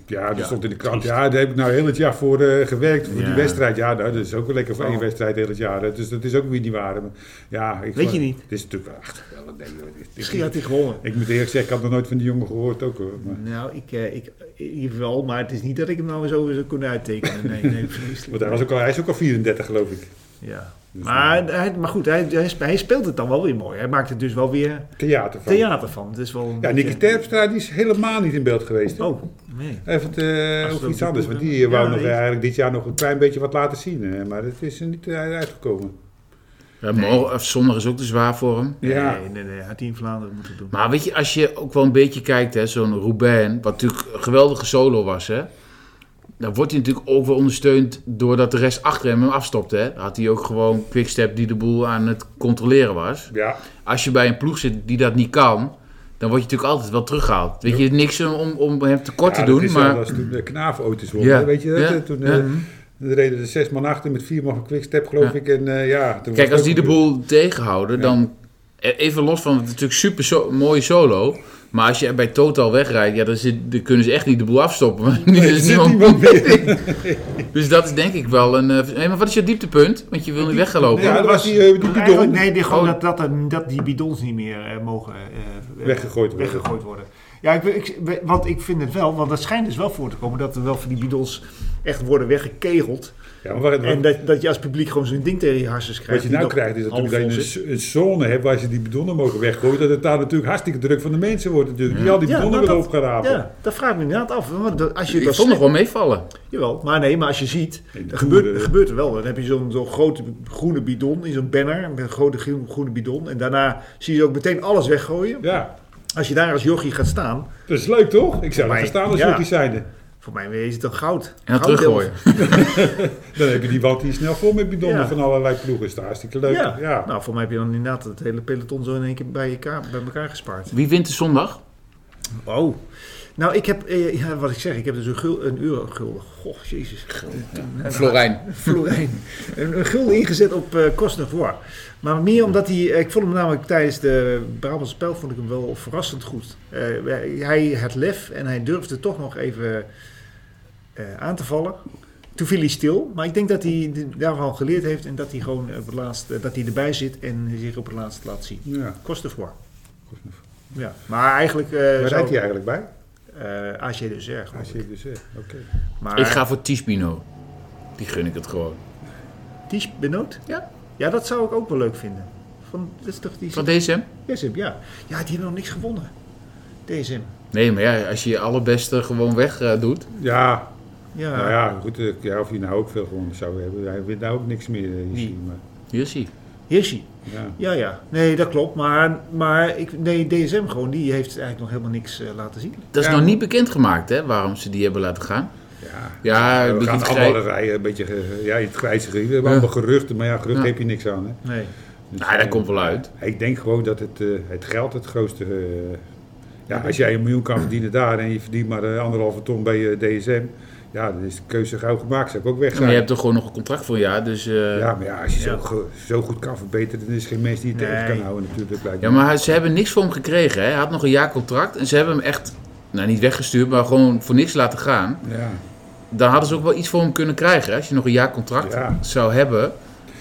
Ja, dat Ja, stond in de krant. Ja, daar heb ik nou heel het jaar voor eh, gewerkt. Voor Ja. die wedstrijd. Ja, nou, dat is ook wel lekker voor één Oh. wedstrijd heel het jaar. hè. Dus dat is ook weer niet waar. Maar, ja, ik Weet vond- je niet? Dit is natuurlijk wel echt wel een ding, hoor. Dit- dit- misschien had hij gewonnen. Ik moet eerlijk zeggen, ik had nog nooit van die jongen gehoord ook hoor. Maar, Nou, ik, eh, ik, ik wel, maar het is niet dat ik hem nou eens over zou kunnen uittekenen. Nee, nee, want vreselijk. hij, was ook al, hij is ook al 34 geloof ik. Ja. Maar, hij, maar goed, hij, hij sp- hij speelt het dan wel weer mooi. Hij maakt er dus wel weer Theater van. theater van. Het is wel een Ja, beetje- Nicky Terpstra die is helemaal niet in beeld geweest. hè. Oh, nee. Even eh, Als we over hem iets goed anders, want die hebben. wou Ja, nog, die- eigenlijk dit jaar nog een klein beetje wat laten zien. hè, maar het is er niet eh, uitgekomen. Ja, morgen, of zondag is ook te zwaar voor hem. Ja. Nee, nee, nee. Had hij in Vlaanderen moeten doen. Maar weet je, als je ook wel een beetje kijkt, hè, zo'n Roubaix, wat natuurlijk een geweldige solo was, hè. Dan wordt hij natuurlijk ook wel ondersteund doordat de rest achter hem hem afstopt, hè. Dan had hij ook gewoon quickstep die de boel aan het controleren was. Ja, Als je bij een ploeg zit die dat niet kan, dan word je natuurlijk altijd wel teruggehaald. Weet je, niks om, om hem tekort Ja, te doen, dat is maar... wel als toen de knaaf auto's wonnen, Ja. hè, weet je dat? Ja. hè? Toen Ja. eh, er reden er zes man achter met vier man van Quickstep, geloof Ja. ik. En, eh, ja, toen was het Kijk, als ook die de een- boel tegenhouden, dan e, even los van het is natuurlijk super so- mooie solo. Maar als je bij Total wegrijdt, ja, dan, zit, dan kunnen ze echt niet de boel afstoppen. want nu er is zit niemand- niemand dus dat is denk ik wel een. eh, hey, maar wat is je dieptepunt? Want je wil niet weg gaan lopen. Ja, dat was die, eh, die bidon Eigenlijk, nee, die, gewoon Oh. dat, dat, er- dat die bidons niet meer eh, mogen eh, Weggegooid worden. weggegooid worden. Ja, ik, ik, want ik vind het wel, want dat schijnt dus wel voor te komen dat er wel van die bidons echt worden weggekegeld. Ja, maar wat, En dat, dat je als publiek gewoon zo'n ding tegen je hartjes wat krijgt. je die nou dan krijgt is dat half je vol een, zit. z- een zone hebt waar ze die bidonnen mogen weggooien. Dat het daar natuurlijk hartstikke druk van de mensen wordt natuurlijk. Die al die Ja, bidonnen maar willen dat- opgerapen. Ja, dat vraag ik me inderdaad af. Want dat- als je Ik dat vond nog slim- wel meevallen. Jawel, maar nee, maar als je ziet, In de er gebeurt, Tour, er eh. gebeurt er wel. Dan heb je zo'n zo'n grote groene bidon in zo'n banner, met een grote groene- groene bidon. En daarna zie je ook meteen alles weggooien. Ja, Als je daar als jochie gaat staan, dat is leuk toch? Ik zou er Maar- gaan staan als ja. jullie zeiden. Voor mij is het dan goud. En dan Goud teruggooien. deel. Dan heb je die wat die snel vol met bidonnen Ja. van allerlei ploegen. Is dat hartstikke leuk. Ja. Ja. Nou, voor mij heb je dan inderdaad het hele peloton zo in één keer bij elkaar, bij elkaar gespaard. Wie wint de zondag? Oh. Nou, ik heb, eh, ja, wat ik zeg, ik heb dus een, gul, een euro gulden. Goh, jezus. Een Florijn. Florijn. Een, een gulden ingezet op eh Cosnevoor. Maar meer omdat hij, eh, ik vond hem namelijk tijdens de Brabantse Spel vond ik hem wel verrassend goed. Eh, hij had lef en hij durfde toch nog even eh, aan te vallen. Toen viel hij stil, maar ik denk dat hij daarvan geleerd heeft en dat hij gewoon op het laatst, eh, dat hij erbij zit en zich op het laatst laat zien. ja. Cosnevoor. Ja, maar eigenlijk eh Waar rijdt zou hij eigenlijk bij? eh, AG dus erg. Als je dus zegt. Oké. Maar Ik ga voor Tispino. Die gun ik het gewoon. Ties Benoot? Ja. Ja, dat zou ik ook wel leuk vinden. Van, dat is toch die Van DSM? DSM, ja. Ja, die hebben nog niks gewonnen. DSM. Nee, maar ja, als je je allerbeste gewoon weg eh, doet. Ja, Ja. Nou ja, goed, eh, ja, of hij nou ook veel gewonnen zou hebben. Hij weet nou ook niks meer. eh, Wie? Hier, maar. Hier zie je. Hirschi. Ja. Ja, ja. Nee, dat klopt. Maar, maar ik, nee, DSM gewoon, die heeft eigenlijk nog helemaal niks eh, laten zien. Dat is Ja. nog niet bekendgemaakt, hè, waarom ze die hebben laten gaan. ja. Ja, een we beetje gaan het allemaal grijs- rijden, een beetje eh, ja, in het grijze gebied. We hebben Ja. allemaal geruchten, maar ja, geruchten Ja. heb je niks aan. Hè. Nee. Dus, Nou, dat eh, komt wel uit. Ik denk gewoon dat het, eh, het geld het grootste... eh, ja, als jij een miljoen kan verdienen daar en je verdient maar eh, anderhalve ton bij eh, DSM... Ja, dan is de keuze gauw gemaakt. Zou ik ook weg Ja, zijn. maar je hebt toch gewoon nog een contract voor een jaar, dus... eh, Ja, maar ja, als je Ja. Zo, go- zo goed kan verbeteren, dan is er geen mens die het tegen Nee. kan houden natuurlijk. Lijkt Ja, me. maar hij- ze hebben niks voor hem gekregen. Hè. Hij had nog een jaar contract en ze hebben hem echt, nou niet weggestuurd, maar gewoon voor niks laten gaan. Ja, Dan hadden ze ook wel iets voor hem kunnen krijgen. Hè. Als je nog een jaar contract Ja. zou hebben.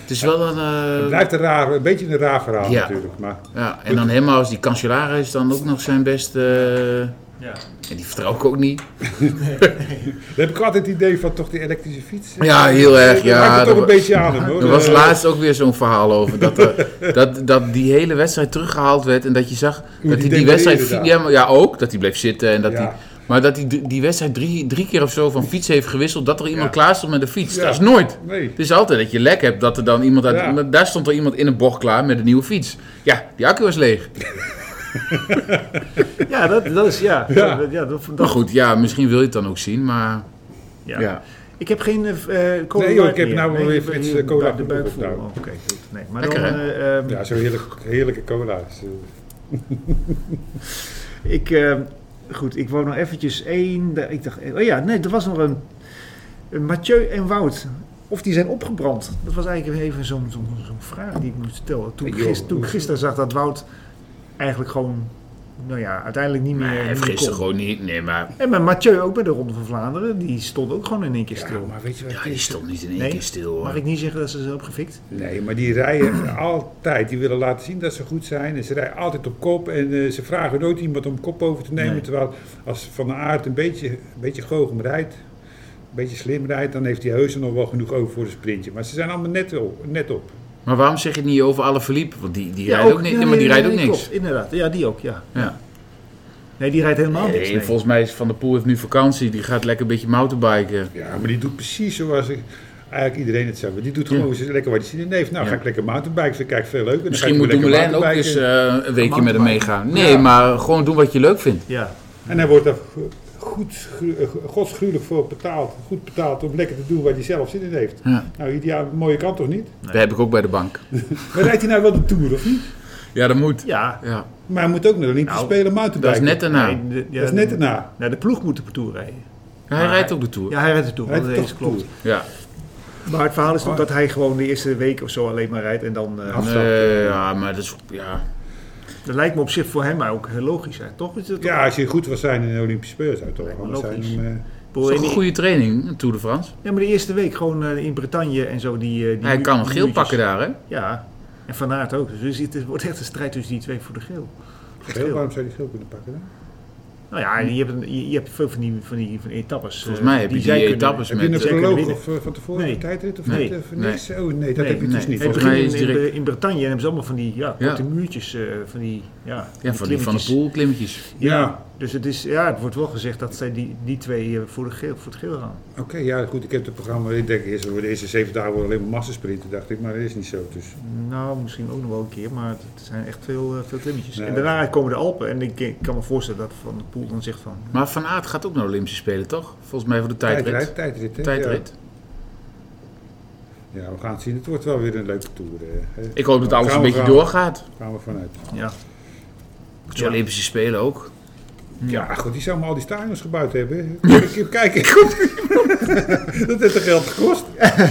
Het is wel een. eh, het blijft een, raar, een beetje een raar verhaal Ja. natuurlijk. Maar ja, en dan helemaal als die kanselaris dan ook nog zijn best. eh, Ja. ja, die vertrouw ik ook niet. dan heb ik altijd het idee van toch die elektrische fiets. Ja, heel erg. Dat maakt Ja, het toch er, een beetje aan hem hoor. er was Eh, laatst ook weer zo'n verhaal over. Dat, er- dat, dat die hele wedstrijd teruggehaald werd. En dat je zag die dat hij die deed wedstrijd. inderdaad. Ja, maar- ja, ook. Dat hij bleef zitten. En dat Ja. hij, maar dat hij die, die wedstrijd drie, drie keer of zo van fiets heeft gewisseld. Dat er iemand Ja. klaar stond met een fiets. Ja. Dat is nooit. Nee. Het is altijd dat je lek hebt dat er dan iemand uit. Ja. maar Daar stond er iemand in een bocht klaar met een nieuwe fiets. Ja, die accu was leeg. Ja, dat, dat is, ja. Ja. ja. dat, dat- Maar goed, ja, misschien wil je het dan ook zien. Maar ja. ja. Ik heb geen eh eh, cola Nee, joh, light ik heb meer. nou wel weer ik heb Frits, hier eh, cola buik- de buik opgedaan. vol. Oh, Oké, goed. Nee, maar Lekker, dan, eh, ehm, Ja, zo'n heerlijk, heerlijke cola. Dus, eh, Ik, eh, goed, ik wou nog eventjes één. da- Ik dacht, oh ja, nee, er was nog een, een Mathieu en Wout. Of die zijn opgebrand. Dat was eigenlijk even zo'n zo'n zo'n vraag die ik moest stellen. Toen, ik Joh, gis- toen ik hoe- gisteren zag dat Wout eigenlijk gewoon, nou ja, uiteindelijk niet meer. Maar hij niet heeft meer gisteren kon. gewoon niet. Nee, maar En maar Mathieu ook bij de Ronde van Vlaanderen, die stond ook gewoon in één keer ja, stil. maar weet je wat ja, het die is? stond niet in één Nee, keer stil. Hoor. Mag ik niet zeggen dat ze ze hebben gefikt? Nee, maar die rijden altijd. Die willen laten zien dat ze goed zijn. En ze rijden altijd op kop. En eh, ze vragen nooit iemand om kop over te nemen. Nee. Terwijl als Van de Aert een beetje, een beetje goochem rijdt, een beetje slim rijdt, dan heeft hij heus nog wel genoeg over voor een sprintje. Maar ze zijn allemaal net, wel- net op. Maar waarom zeg je het niet over alle verliep? Want die, die rijdt ook, niet. Nee, maar die rijdt ook niks. Klopt, inderdaad. Ja, die ook, ja. Ja. Nee, die rijdt helemaal niks. Nee, nee. volgens mij Oh, is Van der Poel heeft nu vakantie. Die gaat lekker een beetje mountainbiken. Ja, maar die doet precies zoals ik, eigenlijk iedereen het zou willen. Die doet gewoon eens lekker wat hij zin in heeft. Nou, Ja. ga ik lekker mountainbiken. Vind ik eigenlijk veel leuker. Dan ga Misschien ik weer moet lekker Dumoulin ook eens mountainbiken. eh, een weekje met hem meegaan. Nee, Ja. maar gewoon doen wat je leuk vindt. Ja. En hij wordt daar goed, schu- eh, godschuwelijk voor betaald. Goed betaald om lekker te doen waar hij zelf zin in heeft. Ja. Nou, ideaal, mooie kant toch niet? Dat heb ik ook bij de bank. Maar rijdt hij nou wel de Tour, of niet? Ja, dat moet. Ja. Ja, Maar hij moet ook naar de Olympische Nou, Spelen dat is nou? mountainbiken. net daarna. Nee, de- ja, dat is net daarna. Nou, de ploeg moet de Tour rijden. hij maar rijdt hij- ook de Tour. Ja. Ja, hij rijdt de Tour, Hij Oh, dat rijdt is toch klopt. Tour. Maar het verhaal is toch Oh. dat hij gewoon de eerste week of zo alleen maar rijdt. En dan, eh, Af- Nee, ja, maar dat is... Ja. dat lijkt me op zich voor hem maar ook heel logisch, hè? toch? Is dat Ja, als je goed wil zijn in de Olympische Spelen, zou het toch wel Lijkt me handig zijn logisch. om... eh, Ik Dat bedoel, is toch in- een goede training, een Tour de France. Ja, maar de eerste week gewoon eh, in Bretagne en zo. Die, eh, die Hij mu- kan een die geel muurtjes. pakken daar, hè? Ja, en Van Aert ook. Dus het wordt echt een strijd tussen die twee voor de geel. Voor het Heel, geel. waarom zou hij geel kunnen pakken? hè? Nou ja, en je hebt, een- je, je hebt veel van die, van die van die etappes. Volgens eh, mij heb je die zij kunnen- etappes Heb je een met... Zij kunnen proloog winnen. of eh, van tevoren Nee. een tijdrit of Nee. niet? eh, van Nee. niks? Oh nee, dat Nee. heb je dus niet. Nee. Het Volgens volgens mij begint is in, direct- in Bretagne en hebben ze allemaal van die ja, Ja. korte muurtjes. eh, van die, ja, Ja, van die Van der klimmetjes. Poel klimmetjes. mij. Ja, Dus het, is, ja, het wordt wel gezegd dat zij die, die twee eh, voor, de geel, voor het geel gaan. oké. ja, goed, ik heb het programma... Ik denk eerst voor de eerste zeven dagen wel alleen maar massasprinten, dacht ik. Maar dat is niet zo, dus... Nou, misschien ook nog wel een keer, maar het zijn echt veel, eh, veel klimmetjes. Nee. En daarna komen de Alpen en ik, ik kan me voorstellen dat Van der Poel dan zegt van... Maar Van Aert gaat ook naar de Olympische Spelen, toch? Volgens mij voor de tijdrit. tijdrit, hè? Tijdrit. Ja. ja, we gaan het zien. Het wordt wel weer een leuke tour. eh. Ik hoop dat Daar alles gaan een we beetje van- doorgaat. Gaan we vanuit. Ja, De Ja. Olympische Spelen ook. Ja, goed, die zou maar al die stadions gebouwd hebben. Kijk, kijk, kijk. dat heeft er geld gekost.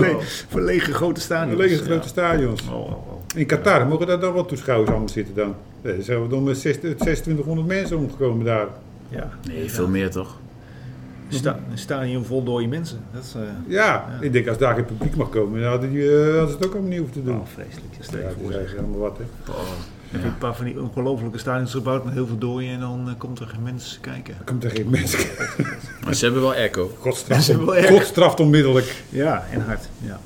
Nee, voor lege grote staan. Alleen de grote stadions. Oh, oh, oh. In Qatar mogen daar dan wel toeschouwers allemaal zitten dan. Er zijn we dan met 6 2600 mensen omgekomen daar. Ja, Nee, veel meer toch? Sta, een stadion vol dode mensen. Dat is eh Ja, ik denk als daar geen publiek mag komen, dan hadden, die, eh, hadden ze het ook allemaal niet hoeven te doen. oh, vreselijk. Ja, Ja, stel je dat voor, is zeg. eigenlijk helemaal wat, hè. Heb je een paar van die ongelofelijke stadions gebouwd met heel veel dooien en dan eh, komt er geen mensen kijken. Er komt er geen mensen. Maar ze hebben wel echo. Godstraft, wel erg. Godstraft onmiddellijk. Ja, en hard. Ja.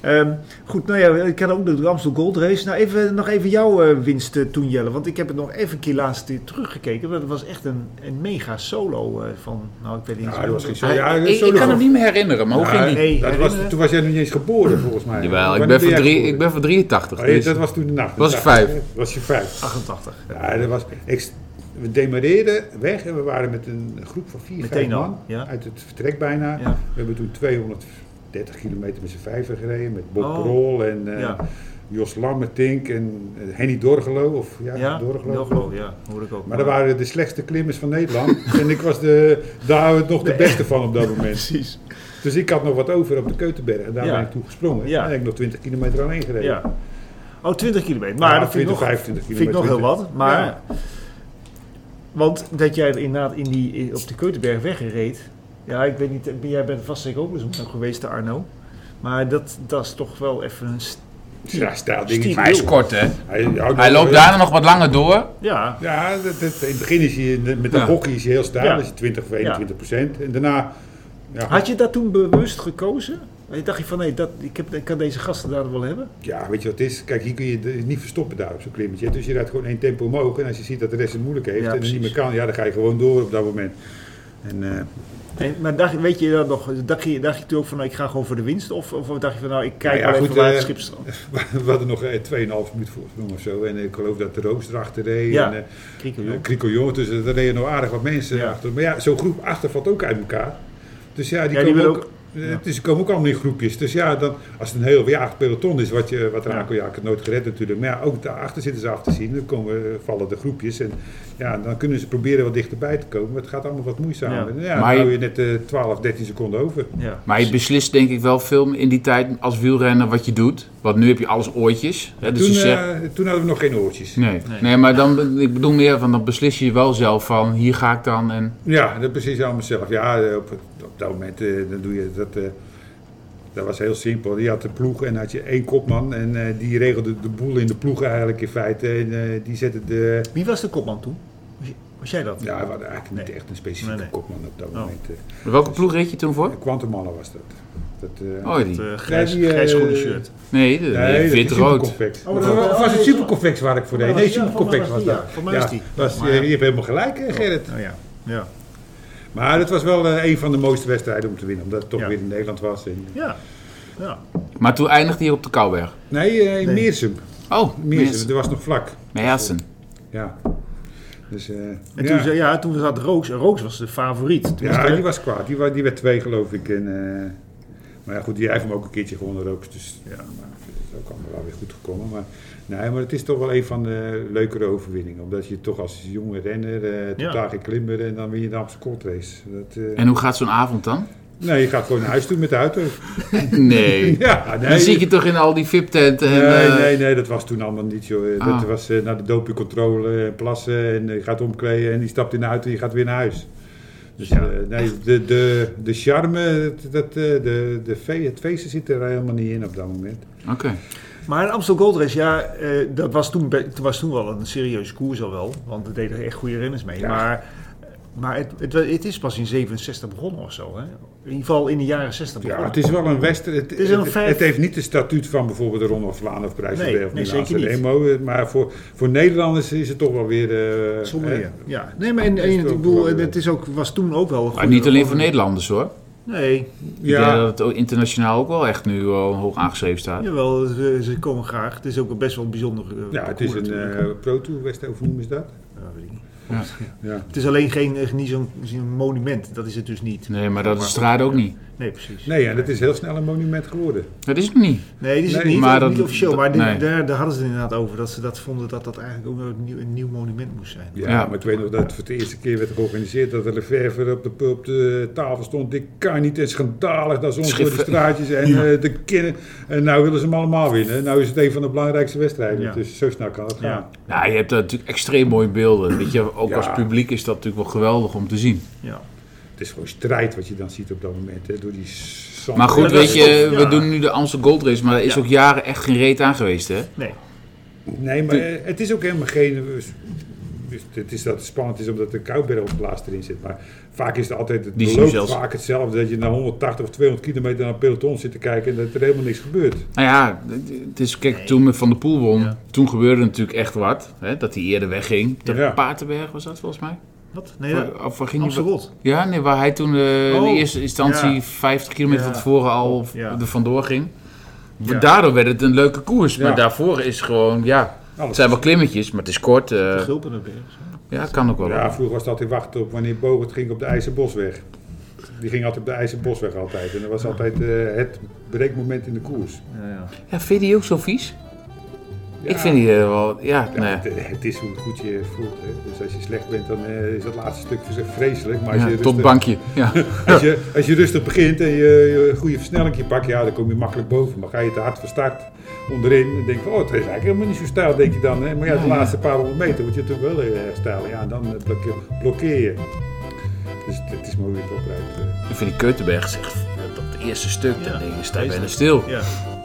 Ehm, goed, nou ja, ik had ook de Amstel Gold Race. Nou, even, nog even jouw eh, winst eh, toen, Jelle. Want ik heb het nog even een keer laatst eh, teruggekeken. Dat was echt een, een mega solo eh, van... Nou, ik weet niet eens Ja, hoe dat was geen Hij- solo. Ja, ik, dat ik is solo. kan hem niet meer herinneren, maar hoe Ja, ging die? Nee, dat was, herinneren? toen was jij nog niet eens geboren, volgens mij. Jawel, ik Wanneer ben, van jij drie, geboren? ik ben van 83. Oh, ja, dus- dat was toen de nacht. Was ik ik vijf? Was je vijf. 88. Ja, dat was, ik, st- we demareerden weg en we waren met een groep van vier, Meteen vijf al, man. ja. Uit het vertrek bijna. Ja. We hebben toen 230 kilometer met z'n vijven gereden. Met Bob Oh. Rol en eh, Ja. Jos Lammetink en eh, Henny Dorgelo. Of, ja, Ja, Dorgelo. Dorgelo, ja, hoor ik ook. Maar dat waren de slechtste klimmers van Nederland. en ik was de, daar nog de beste van op dat moment. Precies. Dus ik had nog wat over op de Keutenberg. En daar Ja. ben ik toe gesprongen. Ja. En heb ik nog 20 kilometer alleen gereden. Ja. Oh, 20 kilometer. Maar Ja, dat vind 20, ik nog, 25 vind ik nog heel kilometer, wat. Maar, Ja. Want dat jij inderdaad in die, in- op de Keutenberg wegreed. Ja, ik weet niet. ben- Jij bent vast zeker ook eens geweest, Arno. Maar dat, dat is toch wel even een... st- Ja, stijl Stief. Dus ding. Maar hij is kort, hè? Hij, houdt Hij nog loopt wel- daarna nog wat langer door. Ja, Ja, dat, dat- in het begin is hij met een Ja. hockey is hij heel staal, Ja. is hij 20 of 21 procent. En daarna, ja, Had je dat toen bewust gekozen? Je dacht je van, nee, dat, ik, heb, ik kan deze gasten daar wel hebben? ja, weet je wat het is? Kijk, hier kun je het niet verstoppen daar op zo'n klimmetje. Dus je rijdt gewoon één tempo omhoog en als je ziet dat de rest het moeilijk heeft Ja, en het niet meer precies. kan, ja, dan ga je gewoon door op dat moment. En eh, En, maar dacht, weet je dat nog? Dacht je, dacht je toen ook van, nou, ik ga gewoon voor de winst? Of, of dacht je van, nou, ik kijk ja, wel even goed, waar het eh, schip strandt? we hadden nog eh, 2,5 minuut voorsprong of zo. En ik geloof dat de Roos erachter reed. Ja. En, eh, Krieken, Ja, joh. Krico Jong, dus er reden nog aardig wat mensen Ja. achter. Maar ja, zo'n groep achter valt ook uit elkaar. Dus ja, die, Ja, die komen, willen ook, eh, Dus die komen ook allemaal in groepjes. Dus ja, dan, als het een heel jaagd peloton is, wat, je, wat raken, ja, ik heb het nooit gered natuurlijk. Maar ja, ook daarachter zitten ze af te zien. Dan komen, vallen de groepjes. En ja, dan kunnen ze proberen wat dichterbij te komen. Maar het gaat allemaal wat moeizamer. Ja. En Ja, Maar dan je- hou je net eh 12, 13 seconden over. Ja. Maar je beslist denk ik wel veel in die tijd als wielrenner wat je doet. Want nu heb je alles oortjes. Hè, dus toen, je zegt, eh, toen hadden we nog geen oortjes. nee. Nee. maar dan, ik bedoel meer van dan beslis je wel zelf van hier ga ik dan. En, Ja, dat precies aan mezelf. Ja, eh, op, het- op dat moment eh, dan doe je dat. eh, dat was heel simpel. Je had de ploeg en had je één kopman. En eh, die regelde de boel in de ploeg eigenlijk in feite. En eh, die zette de. Wie was de kopman toen? Was j- Was jij dat? Ja, we hadden eigenlijk niet Nee. echt een specifieke Nee, Oh. nee. kopman op dat moment. eh. welke ploeg reed je toen voor? Quantumalle was dat. dat eh, Oh, die. Het eh, grijs, Ja, die, eh, grijs groene shirt. Nee, de- Nee, dat is wit-rood. Superconvex. Oh, Of dat- of was oh, het ja. Superconvex waar ik voor deed? Ja, Nee, ja, Superconvex voor mij was was dat. die, ja. Voor mij is Ja, die. was- Maar je ja. je hebt helemaal gelijk, eh, Gerrit. Oh ja. Ja. Maar het was wel eh, een van de mooiste wedstrijden om te winnen. Omdat het toch Ja. weer in Nederland was. En, Ja. ja. Maar toen eindigde je op de Kouwberg. nee, eh, in Nee. Meersum. Oh, Meersum, Meersen. er was nog vlak. Meersen. Ja. Dus, eh, En ja. toen, zei- ja, toen zat Rooks. En Rooks was de favoriet. Toen was ja, de- die was kwaad. Die, wa- die werd twee, geloof ik. En, eh, maar ja, goed, die heeft hem ook een keertje gewonnen, Rooks. Dus ja, maar dat is ook allemaal wel weer goed gekomen. Maar, nee, maar het is toch wel een van de leukere overwinningen. Omdat je toch als jonge renner, eh Ja. totaal geen klimmer, en dan win je de Amstel Gold Race. Dat, eh, En hoe gaat zo'n avond dan? Nee, je gaat gewoon naar huis toe met de auto. Nee. Ja, nee. Dan zie ik je toch in al die VIP-tenten. en, Nee, eh, nee, nee, dat was toen allemaal niet zo. Eh, Ah. Dat was eh, naar de dopingcontrole, eh, plassen en eh, je gaat omkleden en die stapt in de auto en je gaat weer naar huis. Dus Ja, eh, nee, de, de, de charme, dat, dat, eh, de, de fe, het feesten zit er helemaal niet in op dat moment. Oké. Maar een Amstel Gold Race, ja, eh, dat was toen, be- toen was toen wel een serieuze koers al wel. Want er deden echt goede renners mee. Ja. Maar, eh, maar het, het, wa- het is pas in 67 begonnen of zo. Hè? In ieder geval in de jaren 60 Ja, begonnen. het is wel een wester. Het, is een het, vijf- het heeft niet de statuut van bijvoorbeeld de Ronde van Vlaanderen of Prijs Nee, of nee, Milaanse zeker niet. Remo. eh, Maar voor, voor Nederlanders is het toch wel weer... eh, Sommige, hè? ja. ja. Nee, maar en, Is en, het ik ook bedoel, wel, en eh, het is ook, was toen ook wel een Maar niet goede- alleen voor Nederlanders hoor. Nee, Ik denk Ja, dat het ook internationaal ook wel echt nu al hoog aangeschreven staat. jawel, ze, ze komen graag. Het is ook best wel een bijzonder eh, ja, het is parcours een natuurlijk. eh Pro Tour West, hoe noemen ze dat? Ja, weet ik niet. Ja. Het is alleen geen, eh, niet zo'n zo'n monument, dat is het dus niet. Nee, maar dat is de straat ook niet. Nee, precies. Nee, en dat is heel snel een monument geworden. Dat is het niet. Nee, die is het Nee, niet, maar ook dat- niet officieel. dat- Maar die- nee. daar, daar hadden ze het inderdaad over. Dat ze dat vonden dat dat eigenlijk ook een nieuw, een nieuw monument moest zijn. Ja, Ja. maar ik weet nog dat het voor de eerste keer werd georganiseerd dat de Lefevre op de, op de tafel stond. Dit kan niet, het is schandalig, dat is ons door de Schiffer. straatjes en eh, de kinderen. En nou willen ze hem allemaal winnen. Nou is het een van de belangrijkste wedstrijden, Ja. dus zo snel kan het gaan. Nou, je hebt daar natuurlijk extreem mooie beelden. Weet je, ook Ja. als publiek is dat natuurlijk wel geweldig om te zien. ja. Het is gewoon strijd wat je dan ziet op dat moment, hè, door die zand. Maar goed, dat weet is je, toch- we ja. doen nu de Amstel Gold Race, maar er is Ja. ook jaren echt geen reet aan geweest, hè? Nee. Nee, maar eh, het is ook helemaal geen... eh, Dus het is dat het spannend is omdat de koubelplaats erin zit. Maar vaak is het altijd, het Die is nu belooft zelfs- vaak hetzelfde. Dat je na 180 of 200 kilometer naar een peloton zit te kijken en dat er helemaal niks gebeurt. Nou ja, het is, kijk, toen met Van der Poel won, toen gebeurde natuurlijk echt wat. Hè, dat hij eerder wegging. De Ja. Paardenberg was dat volgens mij? Wat? Nee, ja. Of waar oh, ging hij? Amstelrot. Ja, nee, waar hij toen eh, Oh, in eerste instantie ja. 50 kilometer Ja. van tevoren al Ja. er vandoor ging. Ja. Daardoor werd het een leuke koers. Ja. Maar daarvoor is gewoon, ja, het Alles. zijn wel klimmetjes, maar het is kort. eh, Gulpenenberg. ja, kan ook wel. Ja, vroeger was dat altijd wachten op wanneer Bogert ging op de IJzerbosweg. Die ging altijd op de IJzerbosweg altijd. En dat was altijd eh, het breekmoment in de koers. Ja, ja. Ja, vind je die ook zo vies? Ja. Ik vind die eh, wel, ja, Ja, nee. het, het is hoe goed je je voelt. Hè. Dus als je slecht bent, dan eh, is dat laatste stuk voor zich vreselijk. Maar als, Ja, je tot rustig, bankje. Ja. als, je, als je rustig begint en je, je een goede versnelling pakt, ja, dan kom je makkelijk boven. Maar ga je te hard van start onderin, dan denk je, oh, het is eigenlijk helemaal niet zo stijl, denk je dan. Hè. Maar ja, de laatste paar honderd meter wordt je natuurlijk wel eh, stijl. Ja, dan eh, blokke- blokkeer je. Dus het, het is maar hoe je het opruimt. eh. Ik vind die Keutenberg, zeg, dat eerste stuk, Ja, dan denk je, sta je is bijna dat. stil. Ja,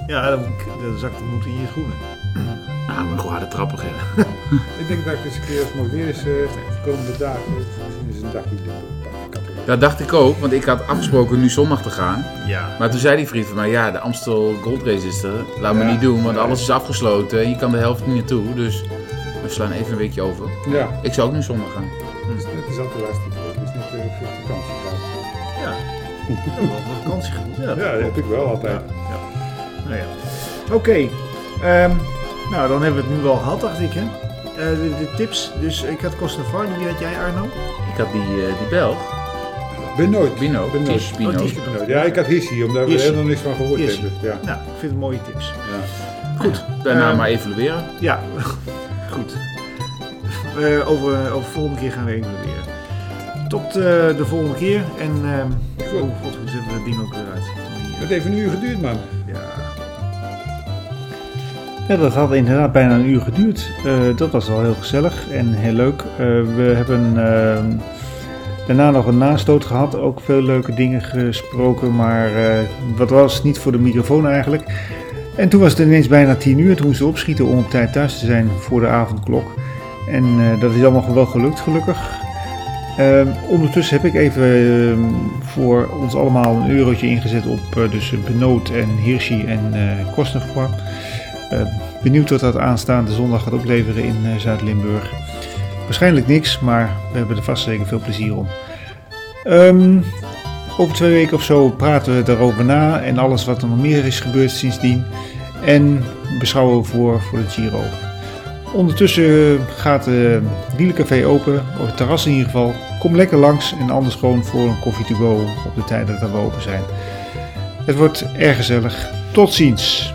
ja dan, dan zakt de moed in je schoenen. Ah, maar gewoon harde trappen geven. Ik denk dat ik eens een keer als het mooi weer is, eh, de komende dagen, eh, misschien is een dagje doen. Dat dacht ik ook, want ik had afgesproken nu zondag te gaan. Ja. Maar toen zei die vriend van mij, ja, de Amstel Gold Race is er. Laat me Ja. niet doen, want Ja. alles is afgesloten. en Je kan de helft niet naartoe, dus we slaan even een weekje over. Ja, Ik zou ook nu zondag gaan. het is- het is altijd lastig. Het is net eh, veel vakantie gehad. Ja. Ja, wel een vakantie genoeg. Ja, Ja, dat heb ik wel altijd. Ja. Nou ja. Oké. ehm, nou, dan hebben we het nu wel gehad, dacht ik, hè? Eh, de, de tips. Dus ik had Costafar, wie had jij, Arno? Oh, Ik had die, eh, die Belg, Ben nooit. Bino, Ben nooit. Ties Oh, Bino. Ties. Ben nooit. Ja, ik had Hissi, omdat we Hissi. helemaal niks van gehoord Hissi. hebben. Ja. Nou, ik vind het mooie tips. Ja. Daarna Eh, maar evalueren. Ja, goed. Eh, over, over volgende keer gaan we evalueren. Tot eh, de volgende keer. En ehm Goed. oh god, hoe zetten we dat ding ook weer uit? eh, Het heeft een uur geduurd, man. Ja. Ja, dat had inderdaad bijna een uur geduurd. Eh, dat was wel heel gezellig en heel leuk. Eh, we hebben eh, daarna nog een nastoot gehad. Ook veel leuke dingen gesproken, maar eh, wat was niet voor de microfoon eigenlijk. En toen was het ineens bijna tien uur. Toen moesten we opschieten om op tijd thuis te zijn voor de avondklok. En eh, dat is allemaal wel gelukt, gelukkig. Ehm, ondertussen heb ik even ehm, voor ons allemaal een eurotje ingezet op eh, dus Benoot en Hirschi en eh Kostnervoor. Benieuwd wat dat aanstaande zondag gaat opleveren in eh, Zuid-Limburg. Waarschijnlijk niks, maar we hebben er vast zeker veel plezier om. Ehm, over twee weken of zo praten we daarover na en alles wat er nog meer is gebeurd sindsdien. En beschouwen we voor, voor de Giro. Ondertussen eh, gaat de Wielencafé open, of het terras in ieder geval. Kom lekker langs en anders gewoon voor een koffie to go op de tijd dat we open zijn. Het wordt erg gezellig. Tot ziens!